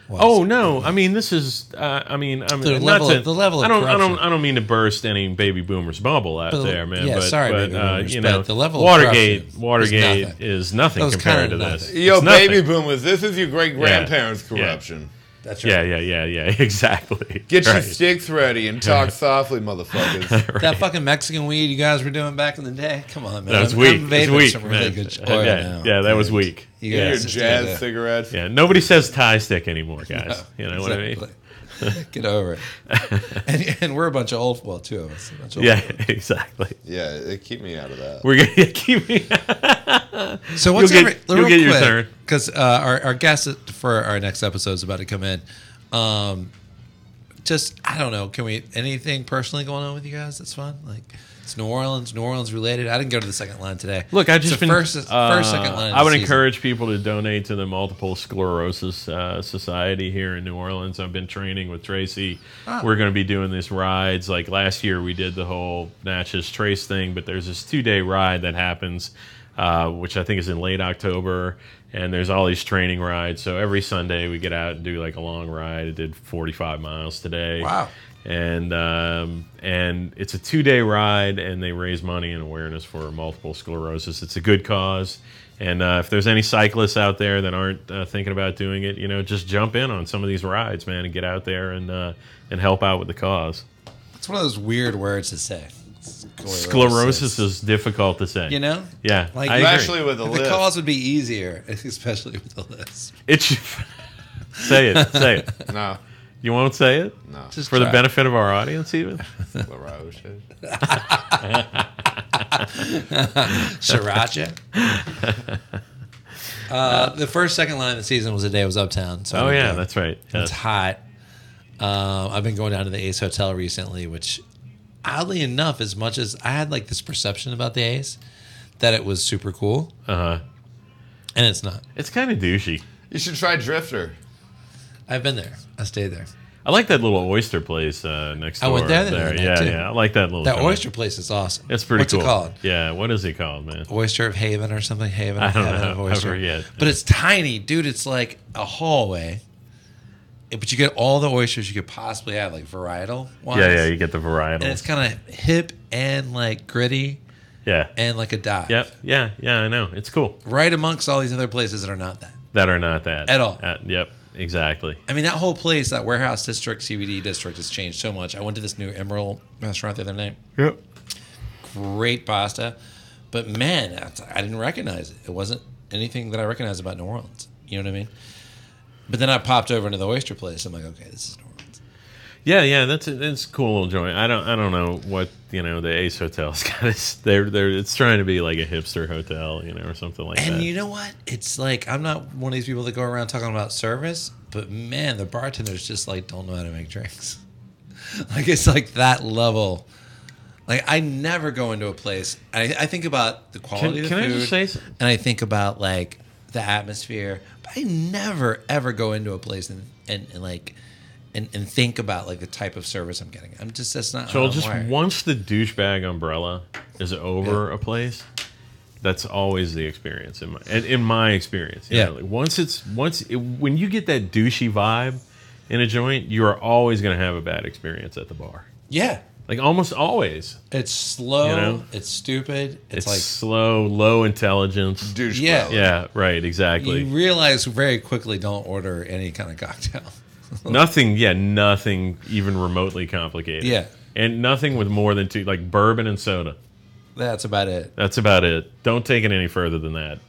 Speaker 2: was.
Speaker 1: Oh no! I mean, this is. Uh, I mean, I mean,
Speaker 2: The
Speaker 1: not
Speaker 2: level
Speaker 1: to,
Speaker 2: of- the level of
Speaker 1: I don't. I don't.
Speaker 2: corruption.
Speaker 1: I don't mean to burst any baby boomers bubble out
Speaker 2: But the-
Speaker 1: there, man.
Speaker 2: yeah,
Speaker 1: but,
Speaker 2: sorry,
Speaker 1: but,
Speaker 2: baby
Speaker 1: uh,
Speaker 2: boomers,
Speaker 1: you
Speaker 2: but
Speaker 1: know,
Speaker 2: the level of
Speaker 1: Watergate.
Speaker 2: corruption is
Speaker 1: Watergate
Speaker 2: nothing.
Speaker 1: is nothing
Speaker 2: That was
Speaker 1: compared to
Speaker 2: kinda
Speaker 1: this.
Speaker 2: nothing.
Speaker 1: It's
Speaker 3: Yo,
Speaker 1: nothing.
Speaker 3: baby boomers, this is your great grandparents'
Speaker 1: Yeah.
Speaker 3: corruption.
Speaker 5: That's
Speaker 1: Yeah, yeah, yeah, yeah. [laughs] Exactly.
Speaker 3: Get your
Speaker 1: Right.
Speaker 3: sticks ready and talk softly, motherfuckers.
Speaker 2: That fucking Mexican weed you guys were doing back in the day. Come on, man.
Speaker 1: That was
Speaker 2: I'm-
Speaker 1: weak.
Speaker 2: I'm
Speaker 1: It's
Speaker 2: vaping
Speaker 1: weak,
Speaker 2: some
Speaker 1: man.
Speaker 2: really good shit.
Speaker 5: oil
Speaker 1: yeah,
Speaker 5: now,
Speaker 1: yeah, that was
Speaker 5: dude.
Speaker 1: weak.
Speaker 2: You
Speaker 3: Get
Speaker 2: guys
Speaker 3: your
Speaker 2: just did
Speaker 3: jazz
Speaker 5: that.
Speaker 3: cigarettes.
Speaker 1: Yeah, nobody says tie stick
Speaker 2: [laughs]
Speaker 1: anymore, guys. you know what I mean?
Speaker 5: Exactly. Get over it.
Speaker 1: [laughs]
Speaker 5: and, and we're a bunch of old, well, two of us. A bunch of
Speaker 1: Yeah, [laughs]
Speaker 5: Old,
Speaker 1: exactly.
Speaker 3: Yeah, it keep me out of that.
Speaker 1: We're gonna [laughs] keep me.
Speaker 2: So what's
Speaker 1: You'll
Speaker 2: your
Speaker 1: get- you'll get your turn.
Speaker 2: because uh, our our guest for our next episode is about to come in. Um, just I don't know. Can we anything personally going on with you guys that's fun? Like it's New Orleans, New Orleans related. I didn't go to the second line today.
Speaker 1: [laughs] Look, I just
Speaker 2: So
Speaker 1: been,
Speaker 2: first
Speaker 1: uh,
Speaker 2: first second line. of
Speaker 1: I
Speaker 2: the
Speaker 1: would
Speaker 2: season.
Speaker 1: encourage people to donate to the Multiple Sclerosis uh, Society here in New Orleans. I've been training with Tracy.
Speaker 2: Ah.
Speaker 1: We're going to be doing these rides. Like last year, we did the whole Natchez Trace thing, but there's this two day ride that happens, uh, which I think is in late October. And there's all these training rides. So every Sunday, we get out and do like a long ride. I did 45 miles today
Speaker 5: Wow.
Speaker 1: and um, and it's a two day ride, and they raise money and awareness for multiple sclerosis. It's a good cause, and uh, if there's any cyclists out there that aren't uh, thinking about doing it, you know, just jump in on some of these rides, man, and get out there and uh, and help out with the cause.
Speaker 5: It's one of those weird words to say. Sclerosis.
Speaker 1: Sclerosis is difficult to say,
Speaker 2: You know?
Speaker 1: Yeah,
Speaker 2: Like-
Speaker 1: I agree.
Speaker 3: Especially with the,
Speaker 2: The
Speaker 3: list.
Speaker 2: cause would be easier, [laughs] especially with the list.
Speaker 1: It should, [laughs] say it, say it.
Speaker 3: No,
Speaker 1: You won't say it
Speaker 2: [laughs]
Speaker 3: no.
Speaker 2: Just
Speaker 1: for the
Speaker 2: try.
Speaker 1: benefit of our audience, even.
Speaker 3: LaRoche.
Speaker 2: Sriracha.
Speaker 1: [laughs]
Speaker 2: uh, the first second line of the season was the day it was uptown. So I
Speaker 1: Oh
Speaker 2: didn't
Speaker 1: yeah,
Speaker 2: go.
Speaker 1: that's right. Yeah.
Speaker 2: It's hot. Um, I've been going down to the Ace Hotel recently, which oddly enough, as much as I had like this perception about the Ace that it was super cool,
Speaker 1: Uh-huh.
Speaker 2: and it's not.
Speaker 1: It's kind of douchey.
Speaker 3: You should try Drifter.
Speaker 2: I've been there. I stayed there.
Speaker 1: I like that little oyster place uh, next
Speaker 2: I
Speaker 1: door.
Speaker 2: went there the other night,
Speaker 1: Yeah,
Speaker 2: too.
Speaker 1: yeah. I like that little.
Speaker 2: That
Speaker 1: joint.
Speaker 2: oyster place is awesome.
Speaker 1: It's pretty
Speaker 2: What's
Speaker 1: cool.
Speaker 2: it called?
Speaker 1: Yeah. What is it called, man?
Speaker 2: Oyster of Haven or something. Haven.
Speaker 1: I
Speaker 2: of
Speaker 1: don't
Speaker 2: Heaven
Speaker 1: know.
Speaker 2: Of
Speaker 1: I
Speaker 2: oyster.
Speaker 1: forget.
Speaker 2: But it's tiny, dude. It's like a hallway. But you get all the oysters you could possibly have, like varietal ones.
Speaker 1: Yeah, yeah. You get the varietal.
Speaker 2: And it's kind of hip and like gritty
Speaker 1: yeah.
Speaker 2: and like a dive.
Speaker 1: Yep. Yeah. Yeah. I know. It's cool.
Speaker 2: right amongst all these other places that are not that.
Speaker 1: That are not that
Speaker 2: At all.
Speaker 1: Uh, yep. Exactly.
Speaker 2: I mean, that whole place, that warehouse district, CBD district, has changed so much. I went to this new Emerald restaurant the other night.
Speaker 1: Yep.
Speaker 2: Great pasta, but man, that's- I didn't recognize it. It wasn't anything that I recognized about New Orleans. You know what I mean? But then I popped over into the oyster place. I'm like, okay, this is New Orleans.
Speaker 1: Yeah. Yeah. That's a, that's a cool little joint. I don't I don't know what you know the Ace Hotel's [laughs] got. It's, they're they're it's trying to be like a hipster hotel, you know, or something like
Speaker 2: And
Speaker 1: that.
Speaker 2: you know what? It's like I'm not one of these people that go around talking about service, but man, the bartenders just like don't know how to make drinks. [laughs] like it's like that level. Like I never go into a place. I, I think about the
Speaker 1: can
Speaker 2: quality of the
Speaker 1: can I
Speaker 2: food.
Speaker 1: just say something?
Speaker 2: and I think about like the atmosphere. But I never ever go into a place and and, and like and, and think about like the type of service I'm getting. I'm just that's not. how
Speaker 1: Joel,
Speaker 2: I'm
Speaker 1: just
Speaker 2: wired.
Speaker 1: once the douchebag umbrella is over a place, that's always the experience in my in, in my experience. you
Speaker 2: Yeah.
Speaker 1: know, like once it's once it, when you get that douchey vibe in a joint, you are always going to have a bad experience at the bar.
Speaker 2: yeah.
Speaker 1: Like almost always,
Speaker 2: It's slow.
Speaker 1: You know?
Speaker 2: It's stupid.
Speaker 1: it's,
Speaker 2: It's, like
Speaker 1: slow, low intelligence.
Speaker 3: Douche
Speaker 2: Yeah.
Speaker 3: bro.
Speaker 1: Yeah, right, exactly.
Speaker 2: you realize very quickly. Don't order any kind of [laughs] cocktail.
Speaker 1: nothing, yeah, nothing even remotely complicated.
Speaker 2: Yeah.
Speaker 1: and nothing with more than two, like bourbon and soda.
Speaker 2: That's about it.
Speaker 1: That's about it. Don't take it any further than that.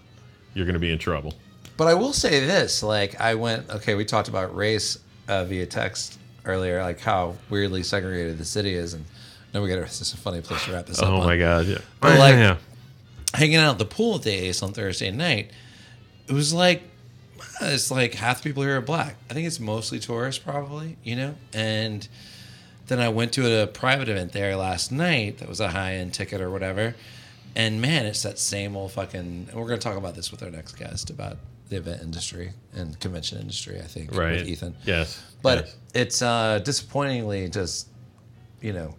Speaker 1: You're going to be in trouble.
Speaker 5: But I will say this: like I went, okay, we talked about race uh, via text earlier, like how weirdly segregated the city is, and no, we got this is a funny place to wrap this up.
Speaker 1: Oh
Speaker 5: on.
Speaker 1: my god! Yeah.
Speaker 2: But, like,
Speaker 1: yeah.
Speaker 2: hanging out at the pool at the Ace on Thursday night, it was like uh, it's like half the people here are black. I think it's mostly tourists, probably, you know. And then I went to a private event there last night that was a high end ticket or whatever. And man, it's that same old fucking. And we're going to talk about this with our next guest about the event industry and convention industry. I think
Speaker 1: right,
Speaker 5: with Ethan.
Speaker 1: Yes,
Speaker 5: But
Speaker 1: yes.
Speaker 5: it's uh, disappointingly just, you know,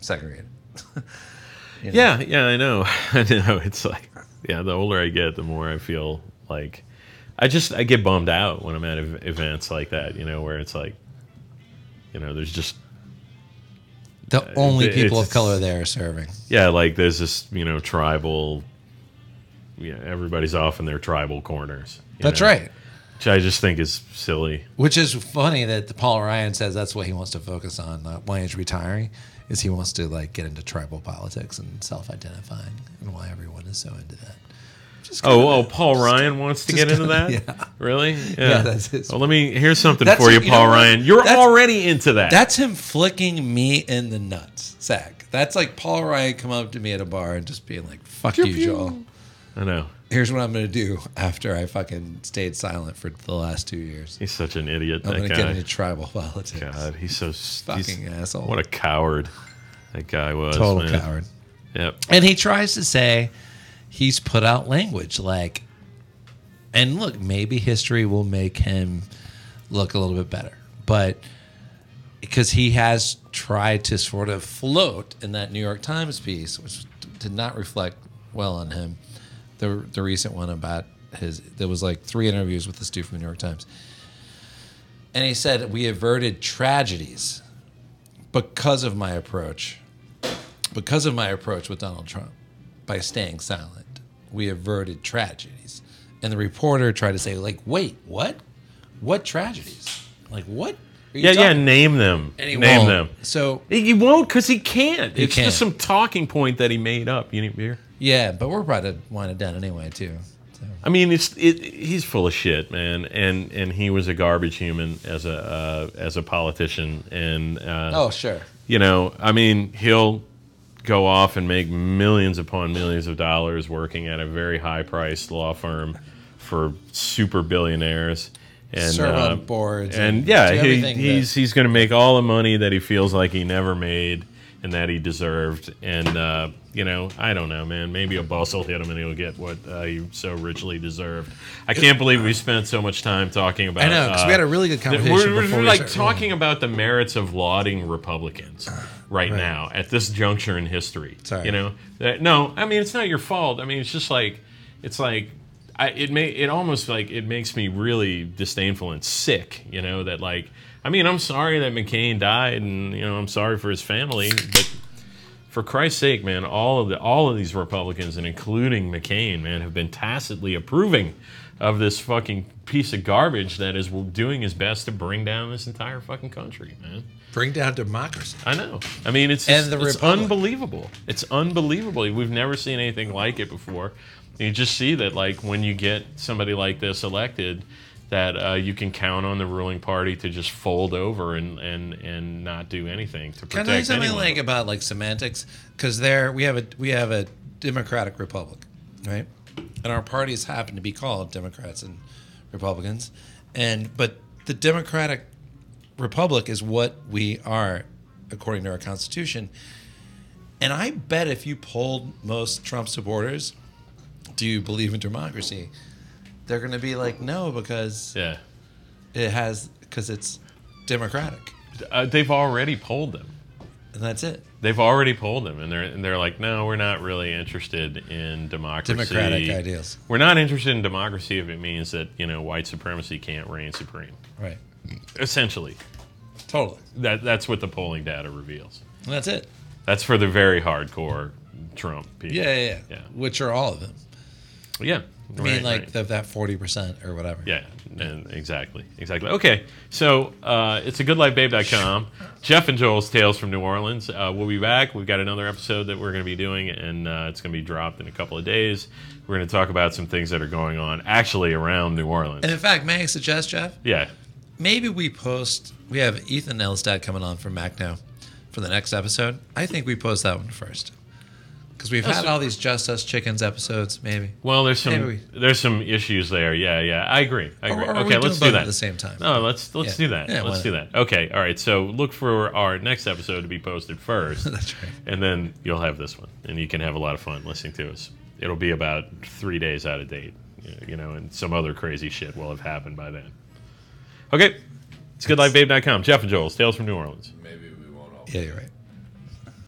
Speaker 5: segregated.
Speaker 6: you know?
Speaker 1: Yeah, yeah, I know. [laughs] I know. It's like, yeah, the older I get, the more I feel like I just I get bummed out when I'm at ev- events like that. You know, where it's like, you know, there's just
Speaker 2: The only
Speaker 1: it-
Speaker 2: people of
Speaker 1: it's-
Speaker 2: color there are serving.
Speaker 1: yeah, like there's this you know tribal. Yeah, everybody's off in their tribal corners. you
Speaker 2: That's
Speaker 1: know,
Speaker 2: right.
Speaker 1: Which I just think is silly.
Speaker 2: Which is funny that Paul Ryan says that's what he wants to focus on uh, when he's retiring, is he wants to like get into tribal politics and self-identifying and why everyone is so into that.
Speaker 1: Oh, oh, Paul Ryan wants to get into that.
Speaker 2: yeah.
Speaker 1: Really? Yeah.
Speaker 2: that's his-
Speaker 1: Well, let me. Here's something
Speaker 6: That's-
Speaker 1: for you,
Speaker 6: you know
Speaker 1: Paul
Speaker 6: what?
Speaker 1: Ryan. You're
Speaker 6: That's-
Speaker 1: already into that.
Speaker 6: That's him flicking me in the nuts, Zach. That's like Paul Ryan come up to me at a bar and just being like, "Fuck you, Joel.
Speaker 1: I know.
Speaker 6: Here's what I'm gonna do after I fucking stayed silent for the last two years.
Speaker 1: He's such an idiot.
Speaker 6: I'm
Speaker 1: that
Speaker 6: gonna
Speaker 1: guy.
Speaker 6: get into tribal [laughs] politics."
Speaker 1: God, he's so s-
Speaker 6: Fucking
Speaker 1: he's-
Speaker 6: asshole.
Speaker 1: What a coward that guy was.
Speaker 2: Total
Speaker 1: man.
Speaker 2: coward.
Speaker 1: Yep.
Speaker 2: And he tries to say he's put out language like, and look, maybe history will make him look a little bit better. But because he has tried to sort of float in that New York Times piece, which did not reflect well on him, the, the recent one about his, there was like three interviews with this dude from the New York Times. And he said, We averted tragedies because of my approach because of my approach with Donald Trump by staying silent, we averted tragedies. And the reporter tried to say, like, wait, what? What tragedies? Like, what? are you
Speaker 1: Yeah, yeah.
Speaker 2: talking-"
Speaker 1: Name them.
Speaker 2: And he
Speaker 1: name
Speaker 2: won't.
Speaker 1: them.
Speaker 2: So,
Speaker 1: He he won't because he can't. it's
Speaker 2: can't.
Speaker 1: just some talking point that he made up. You need beer?
Speaker 2: yeah, but we're about to wind it down anyway, too. So.
Speaker 1: I mean, it's it, he's full of shit, man. And and he was a garbage human as a uh, as a politician. And uh,
Speaker 2: Oh, sure.
Speaker 1: you know, I mean, he'll go off and make millions upon millions of dollars working at a very high priced law firm for super billionaires. And,
Speaker 2: Serve on
Speaker 1: uh,
Speaker 2: boards
Speaker 1: and,
Speaker 2: and
Speaker 1: yeah,
Speaker 2: do
Speaker 1: he,
Speaker 2: everything
Speaker 1: he's he's going to make all the money that he feels like he never made and that he deserved. And uh, you know, I don't know, man. Maybe a bus will hit him and he'll get what uh, he so richly deserved. I can't believe we spent so much time talking about.
Speaker 2: I know, because we had a
Speaker 1: uh,
Speaker 2: really good
Speaker 1: Th-
Speaker 2: conversation.
Speaker 1: We're, we're
Speaker 2: before we
Speaker 1: like
Speaker 2: started rolling.
Speaker 1: talking about the merits of lauding Republicans right, now at this juncture in history.
Speaker 2: Ah, Sorry.
Speaker 1: You know, That- no, I mean it's not your fault. I mean it's just like it's like I, it may it almost like it makes me really disdainful and sick. You know that like I mean I'm sorry that McCain died and you know I'm sorry for his family, but for Christ's sake, man, all of the all of these Republicans and including McCain, man, have been tacitly approving of this fucking piece of garbage that is doing his best to bring down this entire fucking country, man.
Speaker 2: Bring down democracy.
Speaker 1: I know. I mean, it's
Speaker 2: And the
Speaker 1: it's
Speaker 2: Republic.
Speaker 1: unbelievable. It's unbelievable. We've never seen anything like it before. You just see that, like, when you get somebody like this elected, that uh, you can count on the ruling party to just fold over and and and not do anything to
Speaker 2: Can I
Speaker 1: protect
Speaker 2: tell you something
Speaker 1: anyone.
Speaker 2: like about like semantics? Because there we have a we have a democratic republic, right? And our parties happen to be called Democrats and Republicans, and but the democratic republic is what we are according to our constitution. And I bet if you polled most Trump supporters, do you believe in democracy? They're going to be like, no, because
Speaker 1: yeah.
Speaker 2: it has because it's democratic,
Speaker 1: Uh, they've already polled them.
Speaker 2: and that's it.
Speaker 1: They've already polled them, and they're and they're like, no, we're not really interested in democracy.
Speaker 2: Democratic ideals.
Speaker 1: We're not interested in democracy if it means that you know white supremacy can't reign supreme.
Speaker 2: Right.
Speaker 1: Essentially,
Speaker 2: Totally.
Speaker 1: that that's what the polling data reveals.
Speaker 2: And that's it.
Speaker 1: That's for the very hardcore Trump people.
Speaker 2: Yeah, yeah, yeah.
Speaker 1: Yeah.
Speaker 2: Which are all of them.
Speaker 1: yeah.
Speaker 2: I mean, like the, that forty percent or whatever.
Speaker 1: Yeah, and exactly, exactly. Okay, so uh, it's a goodlifebabe.com. Jeff and Joel's Tales from New Orleans. Uh, we'll be back. We've got another episode that we're going to be doing, and uh, it's going to be dropped in a couple of days. We're going to talk about some things that are going on actually around New Orleans.
Speaker 2: And in fact, may I suggest, Jeff?
Speaker 1: yeah,
Speaker 2: Maybe we post. We have Ethan Elstad coming on from Mac now for the next episode. I think we post that one first because we've had all these Just Us Chickens episodes. Maybe.
Speaker 1: Well, there's some
Speaker 2: Maybe
Speaker 1: there's some issues there. Yeah, yeah. I agree. I agree.
Speaker 2: or are we
Speaker 1: okay,
Speaker 2: doing
Speaker 1: let's
Speaker 2: both
Speaker 1: do
Speaker 2: at
Speaker 1: that
Speaker 2: the same time?
Speaker 1: No, Oh, let's let's
Speaker 2: Yeah.
Speaker 1: do that.
Speaker 2: Yeah, why
Speaker 1: let's do that. Okay, all right. So look for our next episode to be posted first.
Speaker 2: [laughs] That's right.
Speaker 1: And then you'll have this one, and you can have a lot of fun listening to us. It'll be about three days out of date, you know, and some other crazy shit will have happened by then. Okay, it's goodlifebabe.com. Jeff and Joel's Tales from New Orleans.
Speaker 3: Maybe we won't all
Speaker 2: Yeah, you're right.